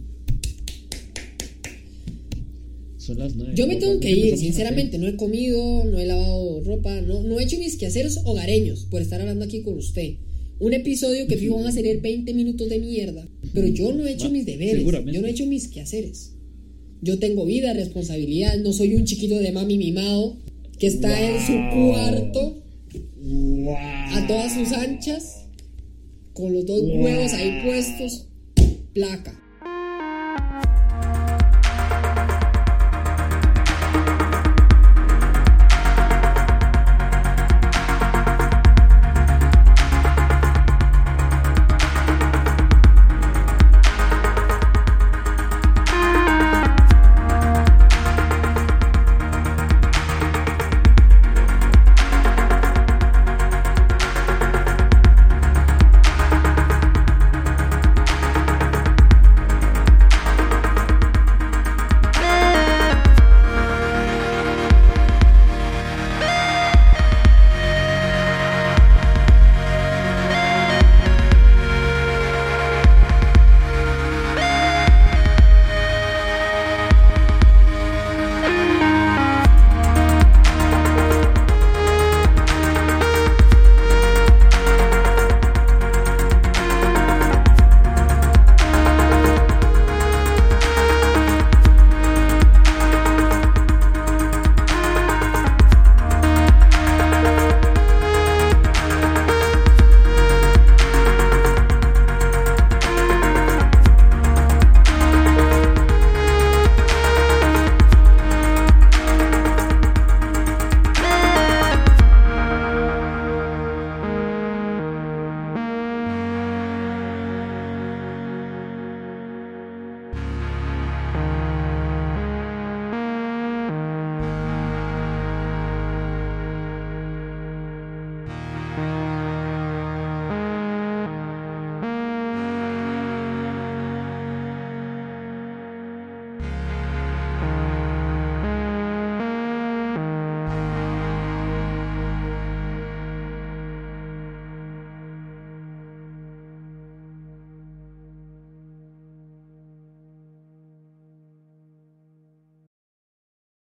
Son las 9.
Yo me tengo que ir, sinceramente. No he comido, no he lavado ropa, no, no he hecho mis quehaceres hogareños por estar hablando aquí con usted. Un episodio que fijo van a ser 20 minutos de mierda. Pero yo no he hecho
Ma-
mis deberes.
seguramente.
Yo no he hecho mis quehaceres. Yo tengo vida, responsabilidad. No soy un chiquito de mami mimado que está en su
Wow.
cuarto
¡Wow!
a todas sus anchas con los dos huevos ahí puestos. Placa.